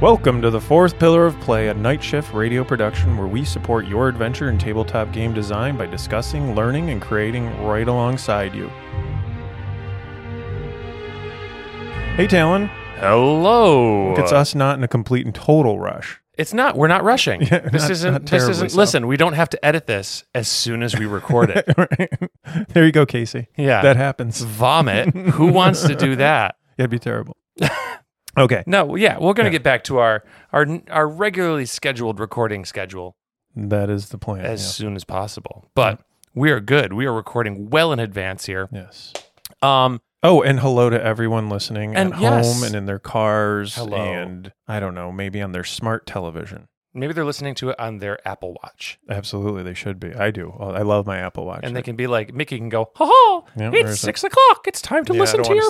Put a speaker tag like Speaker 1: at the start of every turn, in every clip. Speaker 1: Welcome to the fourth pillar of play, a night shift radio production where we support your adventure in tabletop game design by discussing, learning, and creating right alongside you. Hey, Talon.
Speaker 2: Hello.
Speaker 1: It's us not in a complete and total rush.
Speaker 2: It's not. We're not rushing.
Speaker 1: Yeah,
Speaker 2: this
Speaker 1: not-
Speaker 2: isn't.
Speaker 1: not
Speaker 2: this
Speaker 1: terribly
Speaker 2: isn't.
Speaker 1: so.
Speaker 2: Listen, we don't have to edit this as soon as we record it.
Speaker 1: there you go, Casey.
Speaker 2: Yeah.
Speaker 1: That happens.
Speaker 2: Vomit. Who wants to do that?
Speaker 1: That'd be terrible. okay.
Speaker 2: No. Yeah, we're gonna get back to our our our regularly scheduled recording schedule
Speaker 1: That is the plan.
Speaker 2: as soon as possible. But we are good. We are recording well in advance here.
Speaker 1: yeah. Yes.
Speaker 2: Um.
Speaker 1: Oh, and hello to everyone listening
Speaker 2: And
Speaker 1: at
Speaker 2: yes.
Speaker 1: home and in their cars
Speaker 2: Hello.
Speaker 1: and I don't know, maybe on their smart television.
Speaker 2: Maybe they're listening to it on their Apple Watch,
Speaker 1: Absolutely, they should be. I do. Oh, I love my Apple Watch.
Speaker 2: and they can be like, Mickey can go, "Ha ha!
Speaker 1: Yeah, where
Speaker 2: it's
Speaker 1: is it?
Speaker 2: six o'clock. It's time to
Speaker 1: Yeah, I
Speaker 2: listen
Speaker 1: don't
Speaker 2: to
Speaker 1: wanna
Speaker 2: your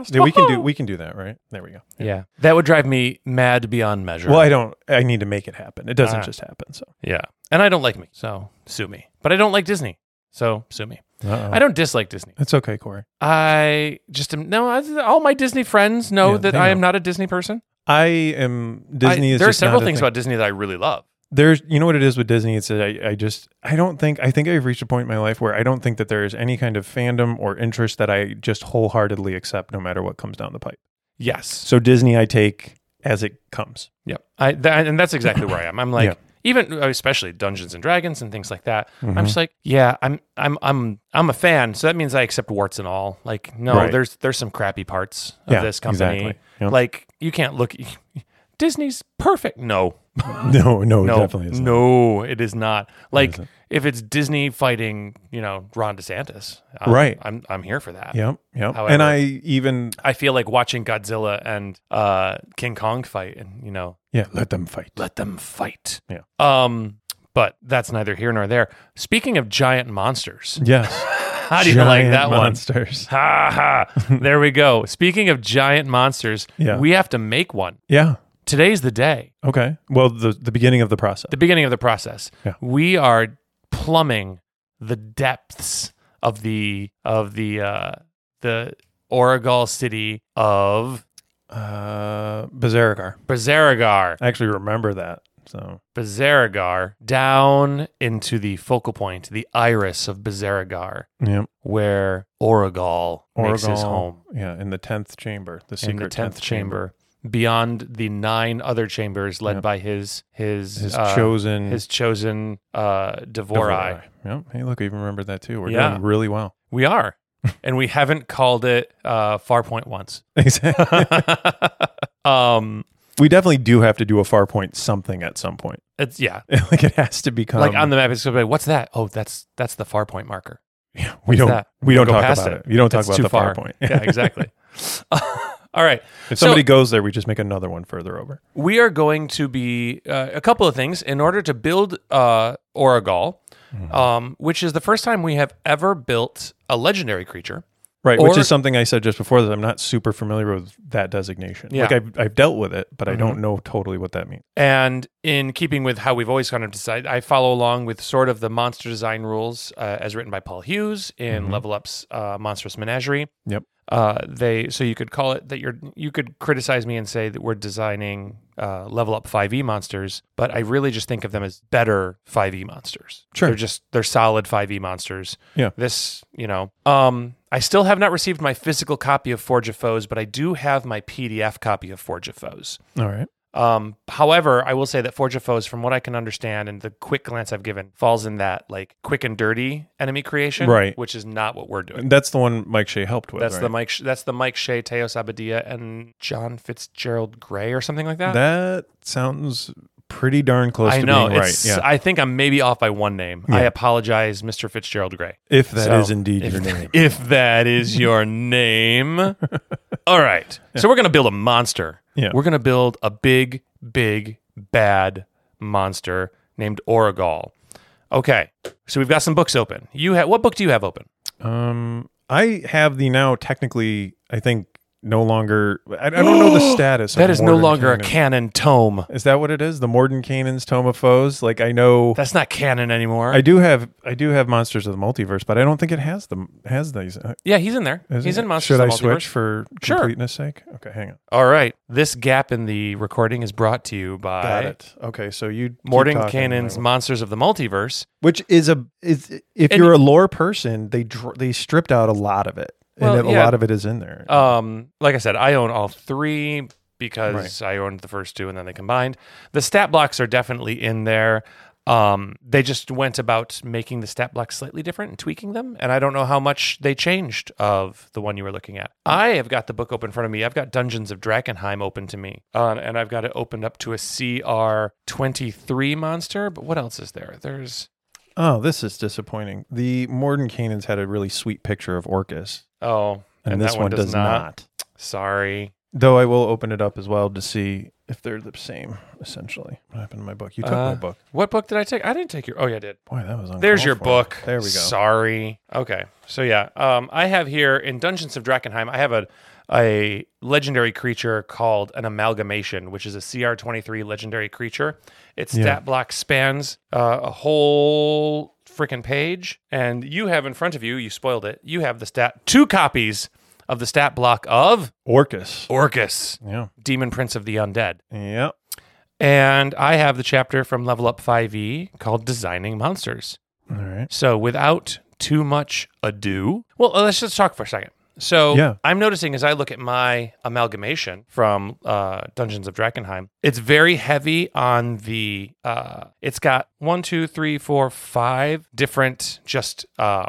Speaker 1: s-
Speaker 2: podcast."
Speaker 1: yeah, we can
Speaker 2: Ha
Speaker 1: do
Speaker 2: ha.
Speaker 1: we can do that, right? There we go.
Speaker 2: yeah, that would drive me mad beyond measure.
Speaker 1: Well, I don't. I need to make it happen. It doesn't
Speaker 2: Ah.
Speaker 1: just happen. So
Speaker 2: Yeah. And I don't like me, so sue me. But I don't like Disney, so sue me. I
Speaker 1: I
Speaker 2: don't dislike Disney.
Speaker 1: it's okay, Corey.
Speaker 2: I just am, no, I, all my Disney friends know
Speaker 1: Yeah,
Speaker 2: that
Speaker 1: they
Speaker 2: I am
Speaker 1: know.
Speaker 2: not a Disney person.
Speaker 1: I am Disney.
Speaker 2: I,
Speaker 1: is
Speaker 2: there are
Speaker 1: just
Speaker 2: several
Speaker 1: not a
Speaker 2: things
Speaker 1: thing.
Speaker 2: about Disney that I really love.
Speaker 1: there's. You know what it is with Disney? It's that I, I just I don't think I think I've reached a point in my life where I don't think that there is any kind of fandom or interest that I just wholeheartedly accept, no matter what comes down the pipe.
Speaker 2: Yes.
Speaker 1: So Disney, I take as it comes.
Speaker 2: Yep. I, that, and that's exactly where I am. I'm like,
Speaker 1: Yeah.
Speaker 2: even uh, especially Dungeons and Dragons and things like that.
Speaker 1: Mm-hmm.
Speaker 2: I'm just like, yeah, I'm I'm I'm I'm a fan, so that means I accept warts and all. Like, no,
Speaker 1: Right.
Speaker 2: there's there's some crappy parts of
Speaker 1: Yeah,
Speaker 2: this company.
Speaker 1: exactly. Yep.
Speaker 2: Like, you can't look Disney's perfect. No.
Speaker 1: No, no,
Speaker 2: No,
Speaker 1: it definitely isn't.
Speaker 2: no, it is not. Like
Speaker 1: isn't.
Speaker 2: if it's Disney fighting, you know, Ron DeSantis, I'm,
Speaker 1: Right.
Speaker 2: I'm I'm here for that.
Speaker 1: Yep, yep.
Speaker 2: However-
Speaker 1: and I even
Speaker 2: I feel like watching Godzilla and uh, King Kong fight, and you know,
Speaker 1: yeah, let them fight.
Speaker 2: let them fight.
Speaker 1: Yeah.
Speaker 2: Um, but that's neither here nor there. Speaking of giant monsters,
Speaker 1: Yes.
Speaker 2: how do you like that one?
Speaker 1: monsters.
Speaker 2: Ha ha! There we go. Speaking of giant monsters,
Speaker 1: Yeah.
Speaker 2: we have to make one.
Speaker 1: Yeah.
Speaker 2: Today's the day.
Speaker 1: Okay. Well, the the beginning of the process.
Speaker 2: the beginning of the process.
Speaker 1: Yeah.
Speaker 2: We are plumbing the depths of the of the uh, the Oregal city of
Speaker 1: Uh, Bazaragar.
Speaker 2: Bazaragar,
Speaker 1: I actually remember that. So
Speaker 2: Bazaragar, down into the focal point, the iris of Bazaragar,
Speaker 1: yeah,
Speaker 2: where Oregal makes his
Speaker 1: Orgol.
Speaker 2: home
Speaker 1: Yeah, in the tenth chamber, the secret
Speaker 2: in the tenth chamber. Beyond the nine other chambers led
Speaker 1: Yeah.
Speaker 2: by his his
Speaker 1: His
Speaker 2: uh,
Speaker 1: chosen.
Speaker 2: his chosen uh Devorai.
Speaker 1: Yep. Hey, look, we even remembered that too. We're
Speaker 2: Yeah.
Speaker 1: doing really well.
Speaker 2: We are. and we haven't called it uh, Farpoint once.
Speaker 1: Exactly.
Speaker 2: um,
Speaker 1: we definitely do have to do a far point something at some point.
Speaker 2: it's yeah.
Speaker 1: like it has to become
Speaker 2: Like on the map, it's gonna be like, what's that? Oh, that's that's the Farpoint marker.
Speaker 1: Yeah, we
Speaker 2: what's
Speaker 1: don't.
Speaker 2: that?
Speaker 1: We don't
Speaker 2: Go
Speaker 1: talk
Speaker 2: past
Speaker 1: about
Speaker 2: it.
Speaker 1: it. You don't talk
Speaker 2: That's
Speaker 1: about
Speaker 2: too
Speaker 1: the far
Speaker 2: far.
Speaker 1: point.
Speaker 2: Yeah, exactly. All right.
Speaker 1: if
Speaker 2: So-
Speaker 1: somebody goes there, we just make another one further over.
Speaker 2: We are going to be uh, a couple of things in order to build uh, Oregal, um, which is the first time we have ever built a legendary creature.
Speaker 1: Right, which
Speaker 2: Or-
Speaker 1: is something I said just before that I'm not super familiar with that designation.
Speaker 2: Yeah. Mm-hmm.
Speaker 1: Like I've, I've dealt with it, but I don't know totally what that means.
Speaker 2: And in keeping with how we've always kind of decided, I follow along with sort of the monster design rules uh, as written by Paul Hughes in Level Up's uh, Monstrous Menagerie.
Speaker 1: Mm-hmm. Yep.
Speaker 2: Uh, they so you could call it that. You're you could criticize me and say that we're designing uh, Level Up 5e monsters, but I really just think of them as better 5e monsters.
Speaker 1: Sure.
Speaker 2: They're just they're solid 5e monsters.
Speaker 1: Yeah.
Speaker 2: This you know. Um, I still have not received my physical copy of Forge of Foes, but I do have my PDF copy of Forge of Foes.
Speaker 1: All right.
Speaker 2: Um, however, I will say that Forge of Foes, from what I can understand and the quick glance I've given, falls in that like quick and dirty enemy creation,
Speaker 1: Right.
Speaker 2: Which is not what we're doing.
Speaker 1: And that's the one Mike Shea helped with.
Speaker 2: That's
Speaker 1: right?
Speaker 2: the Mike. Sh- That's the Mike Shea, Teo Sabadia, and John Fitzgerald Gray, or something like that.
Speaker 1: That sounds pretty darn close
Speaker 2: I
Speaker 1: to
Speaker 2: know.
Speaker 1: being right.
Speaker 2: it's,
Speaker 1: Yeah.
Speaker 2: I think I'm maybe off by one name. I
Speaker 1: Yeah.
Speaker 2: apologize, Mr. Fitzgerald Gray.
Speaker 1: if that is
Speaker 2: So,
Speaker 1: indeed
Speaker 2: if,
Speaker 1: your name.
Speaker 2: If that is your name. All right. So we're going to build a monster.
Speaker 1: Yeah.
Speaker 2: We're going to build a big, big, bad monster named Oregal. Okay. So we've got some books open. You have what book do you have open?
Speaker 1: Um, I have the now technically, I think, no longer. I, I don't know the status. of
Speaker 2: That is no
Speaker 1: Morden
Speaker 2: longer a
Speaker 1: Kanan.
Speaker 2: canon tome.
Speaker 1: Is that what it is? The Morden Kanan's Tome of Foes? Like I know
Speaker 2: That's not canon anymore.
Speaker 1: I do have I do have Monsters of the Multiverse, but I don't think it has them has these. uh,
Speaker 2: yeah, he's in there.
Speaker 1: has
Speaker 2: He's
Speaker 1: it?
Speaker 2: in Monsters
Speaker 1: Should
Speaker 2: of
Speaker 1: I
Speaker 2: the Multiverse.
Speaker 1: switch for
Speaker 2: Sure.
Speaker 1: completeness sake? Okay, hang on.
Speaker 2: All right. This gap in the recording is brought to you by
Speaker 1: Got it. Okay, so you keep
Speaker 2: Morden
Speaker 1: talking.
Speaker 2: Kanan's Monsters of the Multiverse.
Speaker 1: which is a is if
Speaker 2: And-
Speaker 1: you're a lore person, they dr- they stripped out a lot of it,
Speaker 2: Well,
Speaker 1: and it,
Speaker 2: yeah.
Speaker 1: a lot of it is in there.
Speaker 2: Um, like I said, I own all three because I owned the first two and then they combined. The stat blocks are definitely in there. Um, they just went about making the stat blocks slightly different and tweaking them, and I don't know how much they changed of the one you were looking at. I have got the book open in front of me. I've got Dungeons of Drakenheim open to me, uh, and I've got it opened up to a CR twenty three monster. But what else is there? There's
Speaker 1: oh, this is disappointing. The Morden Kanan's had a really sweet picture of Orcus,
Speaker 2: oh,
Speaker 1: and, this one, does not.
Speaker 2: Sorry.
Speaker 1: Though I will open it up as well to see if they're the same. Essentially, what happened to my book? You took
Speaker 2: Uh,
Speaker 1: my book.
Speaker 2: What book did I take? I didn't take your. Oh yeah, I did.
Speaker 1: Boy, that was
Speaker 2: There's
Speaker 1: uncalled
Speaker 2: your
Speaker 1: for.
Speaker 2: book.
Speaker 1: There we go.
Speaker 2: Sorry. Okay. So yeah, um, I have here in Dungeons of Drakenheim. I have a a legendary creature called an amalgamation, which is a CR23 legendary creature. Its
Speaker 1: Yeah.
Speaker 2: stat block spans uh, a whole freaking page, and you have in front of you. You spoiled it. You have the stat two copies of the stat block of
Speaker 1: Orcus.
Speaker 2: Orcus,
Speaker 1: Yeah.
Speaker 2: Demon Prince of the Undead.
Speaker 1: Yeah.
Speaker 2: And I have the chapter from Level Up 5e called Designing Monsters.
Speaker 1: All right.
Speaker 2: So, without too much ado, well, uh, let's just talk for a second. So,
Speaker 1: Yeah.
Speaker 2: I'm noticing as I look at my amalgamation from uh, Dungeons of Drakenheim, it's very heavy on the. Uh, it's got one, two, three, four, five different just um,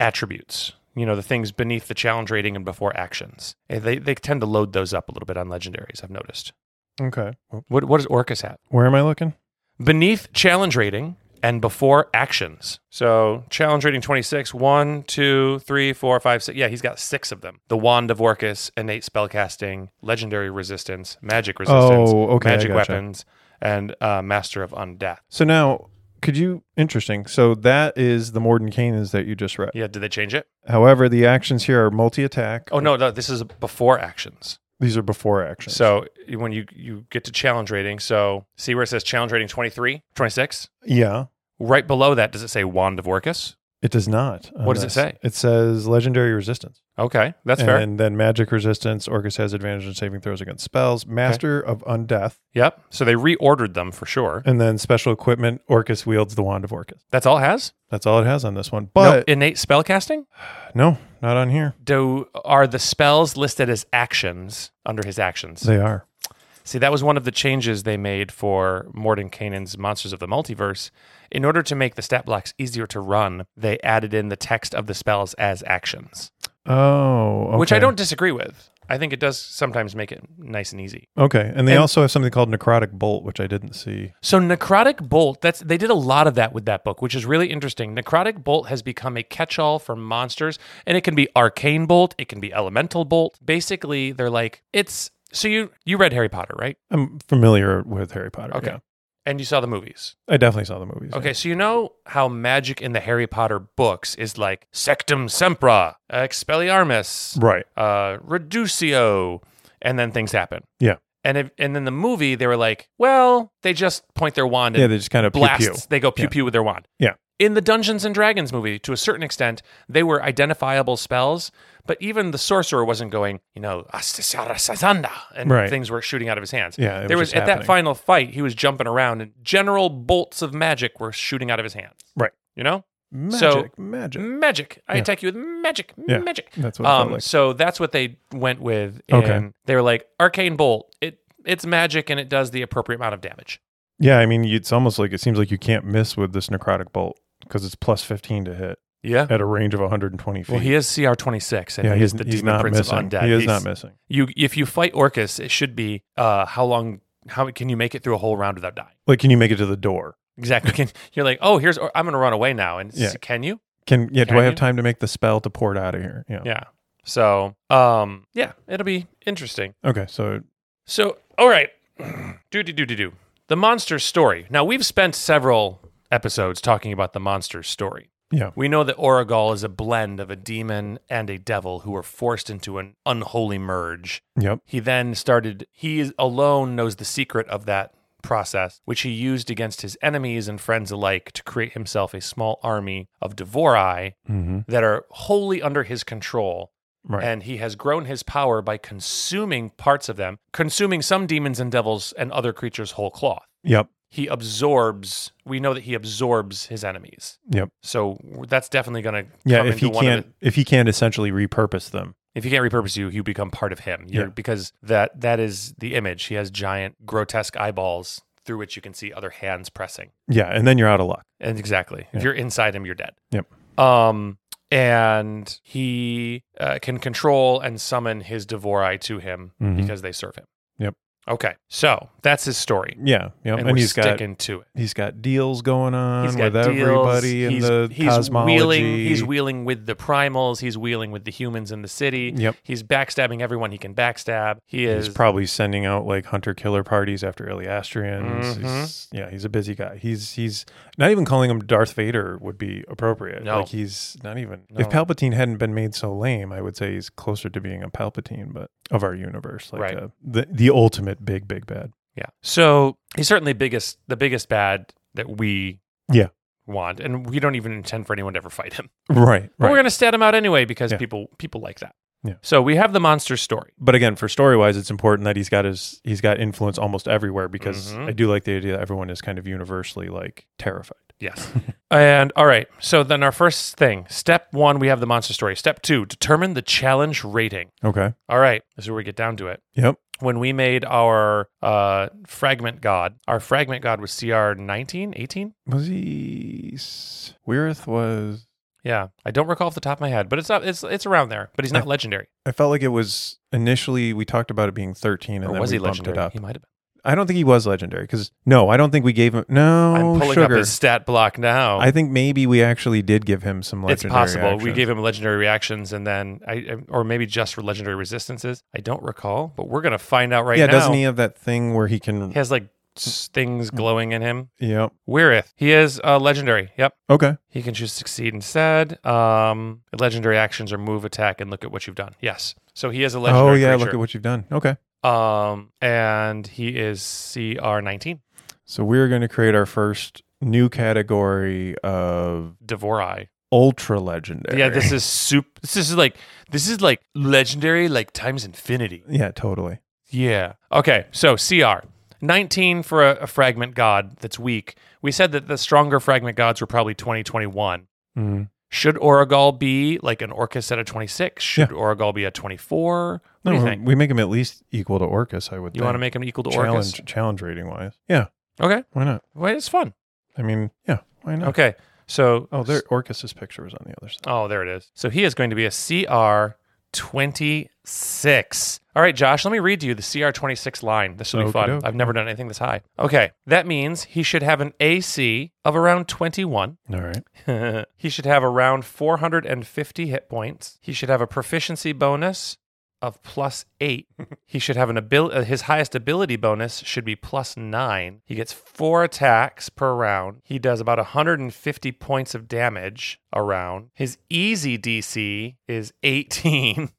Speaker 2: attributes. You know, the things beneath the challenge rating and before actions. Eh, They, they tend to load those up a little bit on legendaries, I've noticed.
Speaker 1: Okay. Oop.
Speaker 2: What, what does Orcus have?
Speaker 1: Where am I looking?
Speaker 2: beneath challenge rating and before actions. So challenge rating 26, one, two, three, four, five, six. Yeah, he's got six of them. The Wand of Orcus, innate spellcasting, legendary resistance, magic resistance,
Speaker 1: Oh, okay, I
Speaker 2: magic
Speaker 1: gotcha.
Speaker 2: weapons, and uh, master of undeath.
Speaker 1: So now, could you? Interesting. So that is the Morden Canans that you just read.
Speaker 2: Yeah, did they change it?
Speaker 1: However, the actions here are multi-attack.
Speaker 2: Oh no, no, this is before actions.
Speaker 1: These are before actions.
Speaker 2: So when you you get to challenge rating, so see where it says challenge rating 23, 26?
Speaker 1: yeah,
Speaker 2: Right below that does it say Wand of Orcus?
Speaker 1: it does not. on
Speaker 2: What does it
Speaker 1: this.
Speaker 2: say?
Speaker 1: It says legendary resistance,
Speaker 2: Okay, that's
Speaker 1: and
Speaker 2: fair.
Speaker 1: then magic resistance. Orcus has advantage in saving throws against spells. Master of undeath,
Speaker 2: Yep. So they reordered them for sure.
Speaker 1: and then special equipment. Orcus wields the wand of Orcus.
Speaker 2: That's all it has?
Speaker 1: That's all it has on this one. But
Speaker 2: no innate spellcasting?
Speaker 1: no, not on here.
Speaker 2: Do are the spells listed as actions under his actions?
Speaker 1: They are.
Speaker 2: See, that was one of the changes they made for Morden Kanan's Monsters of the Multiverse. In order to make the stat blocks easier to run, they added in the text of the spells as actions,
Speaker 1: Oh, okay.
Speaker 2: which I don't disagree with. I think it does sometimes make it nice and easy.
Speaker 1: Okay, and they
Speaker 2: And-
Speaker 1: also have something called necrotic bolt, which I didn't see.
Speaker 2: So necrotic bolt that's they did a lot of that with that book which is really interesting. Necrotic bolt has become a catch-all for monsters and it can be arcane bolt, it can be elemental bolt. Basically, they're like it's so you you read Harry Potter, right?
Speaker 1: I'm familiar with Harry Potter.
Speaker 2: Okay.
Speaker 1: yeah.
Speaker 2: And you saw the movies.
Speaker 1: I definitely saw the movies.
Speaker 2: Okay, so you know how magic in the Harry Potter books is like Sectum Sempra, Expelliarmus,
Speaker 1: yeah. right.
Speaker 2: uh, Reducio, and then things happen.
Speaker 1: Yeah.
Speaker 2: And if, and then the movie they were like, well, they just point their wand and
Speaker 1: Yeah, they just kind of pew,
Speaker 2: blasts.
Speaker 1: pew.
Speaker 2: They go pew
Speaker 1: Yeah.
Speaker 2: pew with their wand.
Speaker 1: Yeah.
Speaker 2: In the Dungeons and Dragons movie, to a certain extent, they were identifiable spells, but even the sorcerer wasn't going, you know, "Astasara Sazanda," and
Speaker 1: Right.
Speaker 2: things were shooting out of his hands.
Speaker 1: Yeah, it
Speaker 2: there
Speaker 1: was
Speaker 2: was,
Speaker 1: just
Speaker 2: at that
Speaker 1: happening.
Speaker 2: final fight, he was jumping around, and general bolts of magic were shooting out of his hands.
Speaker 1: Right.
Speaker 2: You know,
Speaker 1: Magic,
Speaker 2: So-
Speaker 1: magic.
Speaker 2: magic. I
Speaker 1: Yeah.
Speaker 2: attack you with magic.
Speaker 1: Yeah.
Speaker 2: Magic.
Speaker 1: That's what I
Speaker 2: Um,
Speaker 1: felt like.
Speaker 2: so that's what they went with. And
Speaker 1: Okay.
Speaker 2: They were like, arcane bolt. It it's magic and it does the appropriate amount of damage.
Speaker 1: Yeah, I mean, it's almost like it seems like you can't miss with this necrotic bolt because it's plus 15 to hit
Speaker 2: Yeah.
Speaker 1: at a range of 120 feet.
Speaker 2: Well, he is CR twenty six, and
Speaker 1: yeah, he's,
Speaker 2: he's, the
Speaker 1: he's
Speaker 2: demon
Speaker 1: not
Speaker 2: prince
Speaker 1: missing.
Speaker 2: of undead.
Speaker 1: He is
Speaker 2: He's-
Speaker 1: not missing.
Speaker 2: You, if you fight Orcus, it should be uh, how long? How can you make it through a whole round without dying?
Speaker 1: Like, can you make it to the door?
Speaker 2: Exactly. Can, you're like, oh, here's Or- I'm going to run away now, and it's-
Speaker 1: Yeah.
Speaker 2: can you?
Speaker 1: Can yeah?
Speaker 2: Can
Speaker 1: do I
Speaker 2: you?
Speaker 1: have time to make the spell to pour it out of here? Yeah.
Speaker 2: Yeah. So, um, yeah, it'll be interesting.
Speaker 1: Okay. So
Speaker 2: So, all right, do do do do do the monster story. Now we've spent several episodes talking about the monster story.
Speaker 1: Yeah.
Speaker 2: We know that Oragol is a blend of a demon and a devil who were forced into an unholy merge.
Speaker 1: Yep.
Speaker 2: He then started, he is- alone knows the secret of that process, which he used against his enemies and friends alike to create himself a small army of Devorai
Speaker 1: Mm-hmm.
Speaker 2: that are wholly under his control.
Speaker 1: Right.
Speaker 2: And he has grown his power by consuming parts of them, consuming some demons and devils and other creatures whole cloth.
Speaker 1: yep.
Speaker 2: He absorbs, we know that he absorbs his enemies.
Speaker 1: Yep.
Speaker 2: So that's definitely going to
Speaker 1: Yeah.
Speaker 2: come
Speaker 1: If
Speaker 2: into
Speaker 1: he
Speaker 2: one of
Speaker 1: can't,
Speaker 2: the-
Speaker 1: if he can't essentially repurpose them.
Speaker 2: if you can't repurpose you, you become part of him. You're,
Speaker 1: Yeah.
Speaker 2: Because that that is the image. He has giant, grotesque eyeballs through which you can see other hands pressing.
Speaker 1: Yeah. And then you're out of luck.
Speaker 2: And exactly, if
Speaker 1: Yeah.
Speaker 2: you're inside him, you're dead.
Speaker 1: Yep.
Speaker 2: Um, and he uh, can control and summon his Devorai to him
Speaker 1: Mhm.
Speaker 2: because they serve him.
Speaker 1: Yep.
Speaker 2: Okay, so that's his story,
Speaker 1: Yeah. Yep.
Speaker 2: and,
Speaker 1: And,
Speaker 2: we're
Speaker 1: he's got,
Speaker 2: sticking to it.
Speaker 1: he's got deals going on
Speaker 2: He's got
Speaker 1: with everybody in
Speaker 2: deals. he's,
Speaker 1: the
Speaker 2: he's
Speaker 1: cosmology.
Speaker 2: Wheeling, he's wheeling with the primals. He's wheeling with the humans in the city.
Speaker 1: Yep.
Speaker 2: He's backstabbing everyone he can backstab. He
Speaker 1: He's
Speaker 2: is
Speaker 1: probably sending out like hunter killer parties after Eliastrians.
Speaker 2: Mhm.
Speaker 1: He's, yeah, he's a busy guy. He's he's not even calling him Darth Vader would be appropriate.
Speaker 2: No.
Speaker 1: Like he's not even.
Speaker 2: No.
Speaker 1: If Palpatine hadn't been made so lame, I would say he's closer to being a Palpatine, but of our universe, like
Speaker 2: Right.
Speaker 1: uh, the the ultimate big big bad.
Speaker 2: Yeah. So he's certainly biggest the biggest bad that we
Speaker 1: Yeah.
Speaker 2: want, and we don't even intend for anyone to ever fight him.
Speaker 1: Right.
Speaker 2: But
Speaker 1: Right.
Speaker 2: we're gonna stat him out anyway because
Speaker 1: Yeah.
Speaker 2: people people like that.
Speaker 1: Yeah.
Speaker 2: So we have the monster story.
Speaker 1: but again, for story wise, it's important that he's got his he's got influence almost everywhere because
Speaker 2: Mhm.
Speaker 1: I do like the idea that everyone is kind of universally like terrified.
Speaker 2: Yes. and all right. So then our first thing, step one, we have the monster story. Step two, determine the challenge rating.
Speaker 1: Okay.
Speaker 2: All right. This is where we get down to it.
Speaker 1: Yep.
Speaker 2: When we made our uh, fragment god, our fragment god was CR 19, 18?
Speaker 1: Was he? s- Weirith was.
Speaker 2: Yeah. I don't recall off the top of my head, but it's not it's it's around there, but he's not
Speaker 1: I-
Speaker 2: legendary.
Speaker 1: I felt like it was initially we talked about it being 13 and
Speaker 2: Or
Speaker 1: then
Speaker 2: was
Speaker 1: we
Speaker 2: he
Speaker 1: bumped
Speaker 2: legendary?
Speaker 1: it up.
Speaker 2: He might have been.
Speaker 1: I don't think he was legendary because no, I don't think we gave him no
Speaker 2: I'm pulling
Speaker 1: Oh, sugar.
Speaker 2: up his stat block now.
Speaker 1: I think maybe we actually did give him some
Speaker 2: it's
Speaker 1: legendary.
Speaker 2: possible we
Speaker 1: action.
Speaker 2: gave him legendary reactions, and then I, I- or maybe just for legendary resistances. I don't recall, but we're gonna find out right
Speaker 1: yeah,
Speaker 2: now.
Speaker 1: doesn't he Hmm. have that thing where he can?
Speaker 2: He has like s- things glowing in him.
Speaker 1: Yep.
Speaker 2: Weirith, he is uh, legendary. Yep,
Speaker 1: Okay.
Speaker 2: he can choose succeed instead. Um, legendary actions are move, attack, and look at what you've done. Yes, so he is a
Speaker 1: Oh
Speaker 2: legendary.
Speaker 1: yeah, look
Speaker 2: creature.
Speaker 1: at what you've done. Okay.
Speaker 2: Um, and he is CR nineteen.
Speaker 1: So we're going to create our first new category of
Speaker 2: Devorai.
Speaker 1: ultra legendary.
Speaker 2: Yeah, this is soup. This is like this is like legendary, like times infinity.
Speaker 1: yeah, totally.
Speaker 2: Yeah. Okay. So CR 19 for a, a fragment god that's weak. We said that the stronger fragment gods were probably 2021. Mm-hmm.
Speaker 1: Mm.
Speaker 2: Should Oragol be like an Orcus at a 26? Should Oragol be a 24? What do you
Speaker 1: No,
Speaker 2: think?
Speaker 1: we make him at least equal to Orcus. I would.
Speaker 2: You want to make him equal to
Speaker 1: challenge
Speaker 2: Orcus?
Speaker 1: challenge rating wise? Yeah,
Speaker 2: Okay.
Speaker 1: why not?
Speaker 2: Well, it's fun.
Speaker 1: I mean, yeah, why not?
Speaker 2: Okay. So
Speaker 1: Oh, there Orcus's picture was on the other side.
Speaker 2: Oh, there it is. So he is going to be a CR 26. All right, Josh, let me read to you the CR 26 line. This will be fun.
Speaker 1: Okey-doke.
Speaker 2: I've never done anything this high. Okay, that means he should have an AC of around 21.
Speaker 1: All right.
Speaker 2: he should have around 450 hit points. He should have a proficiency bonus of plus 8. he should have an ability uh, his highest ability bonus should be plus 9. He gets 4 attacks per round. He does about 150 points of damage a round. His easy DC is 18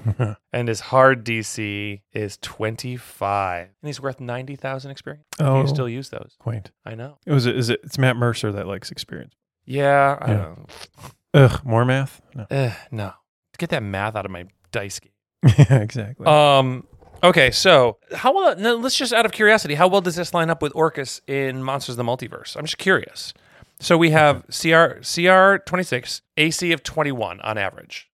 Speaker 2: and his hard DC is 25. And he's worth 90,000 experience. Oh.
Speaker 1: Oh.
Speaker 2: You still use those.
Speaker 1: Quaint.
Speaker 2: I know.
Speaker 1: It was. Is it? It's Matt Mercer that likes experience.
Speaker 2: Yeah, I
Speaker 1: Yeah.
Speaker 2: don't know.
Speaker 1: Ugh. More math. No.
Speaker 2: Ugh, Eh, no. Get that math out of my dice game.
Speaker 1: yeah. Exactly.
Speaker 2: Um. Okay, so how well? Now let's just out of curiosity, how well does this line up with Orcus in Monsters of the Multiverse? I'm just curious. So we have CR CR 26, AC of 21 on average.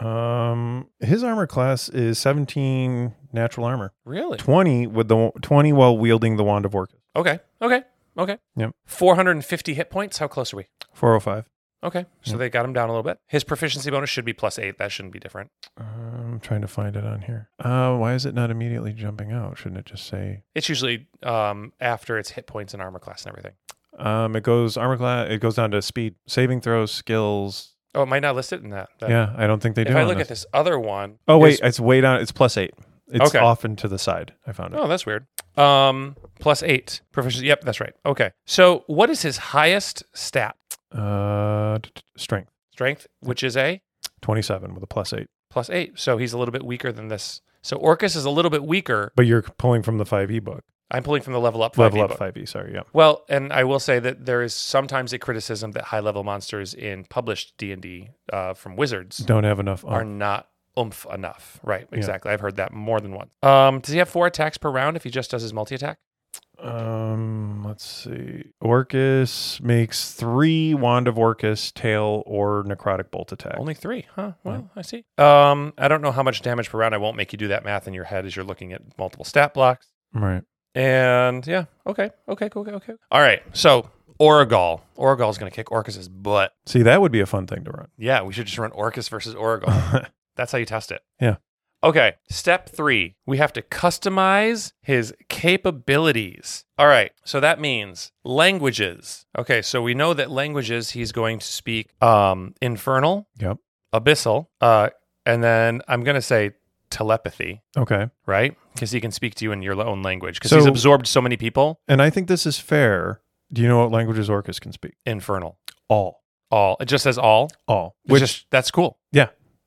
Speaker 2: Oh.
Speaker 1: um. His armor class is 17 natural armor.
Speaker 2: Really?
Speaker 1: 20 with the 20 while wielding the wand of Orcus.
Speaker 2: Okay. Okay. Okay.
Speaker 1: Yep.
Speaker 2: 450 hit points. How close are we?
Speaker 1: 405.
Speaker 2: Okay. So
Speaker 1: Yep.
Speaker 2: they got him down a little bit. His proficiency bonus should be plus eight. That shouldn't be different.
Speaker 1: Um, I'm trying to find it on here. Uh, why is it not immediately jumping out? Shouldn't it just say?
Speaker 2: It's usually um, after its hit points and armor class and everything.
Speaker 1: Um, it goes armor class. It goes down to speed, saving throws, skills.
Speaker 2: Oh, it might not list it in that. then.
Speaker 1: Yeah, I don't think they do.
Speaker 2: If I
Speaker 1: on
Speaker 2: look
Speaker 1: this.
Speaker 2: at this other one.
Speaker 1: Oh
Speaker 2: it's-
Speaker 1: wait, it's way down. It's plus eight. It's
Speaker 2: Okay.
Speaker 1: off and to the side. I found it.
Speaker 2: Oh, that's weird. Um, plus eight proficiency. Yep, that's right. Okay. So, what is his highest stat?
Speaker 1: Uh, t- t- strength
Speaker 2: Strength, which is a
Speaker 1: twenty-seven with a plus eight.
Speaker 2: plus eight. So he's a little bit weaker than this. So Orcus is a little bit weaker.
Speaker 1: But you're pulling from the five e book.
Speaker 2: I'm pulling from the level up.
Speaker 1: Level
Speaker 2: 5e
Speaker 1: up
Speaker 2: book.
Speaker 1: five e. Sorry, yeah.
Speaker 2: Well, and I will say that there is sometimes a criticism that high level monsters in published D and D uh, from wizards
Speaker 1: Don't have enough.
Speaker 2: are
Speaker 1: On.
Speaker 2: not oomph enough. Right? Exactly. I've heard that more than once. Um, does he have four attacks per round if he just does his multi attack?
Speaker 1: Um, let's see. Orcus makes three wand of Orcus, tail, or necrotic bolt attack.
Speaker 2: Only three, huh? Well, I see. Um, I don't know how much damage per round. I won't make you do that math in your head as you're looking at multiple stat blocks.
Speaker 1: right.
Speaker 2: And yeah, okay, okay, cool, okay, okay. All right. So Oragol, Oragol is going to kick Orcus's butt.
Speaker 1: See, that would be a fun thing to run.
Speaker 2: Yeah, we should just run Orcus versus Oragol. That's how you test it.
Speaker 1: Yeah.
Speaker 2: Okay. Step three, we have to customize his capabilities. All right. So that means languages. Okay. So we know that languages, he's going to speak um, infernal,
Speaker 1: Yep.
Speaker 2: abyssal, uh, and then I'm going to say telepathy,
Speaker 1: okay.
Speaker 2: right? Because he can speak to you in your own language because
Speaker 1: So-
Speaker 2: he's absorbed so many people.
Speaker 1: And I think this is fair. Do you know what languages Orcus can speak?
Speaker 2: Infernal.
Speaker 1: All.
Speaker 2: All. It just says all,
Speaker 1: All.
Speaker 2: which
Speaker 1: Which,
Speaker 2: just, that's cool.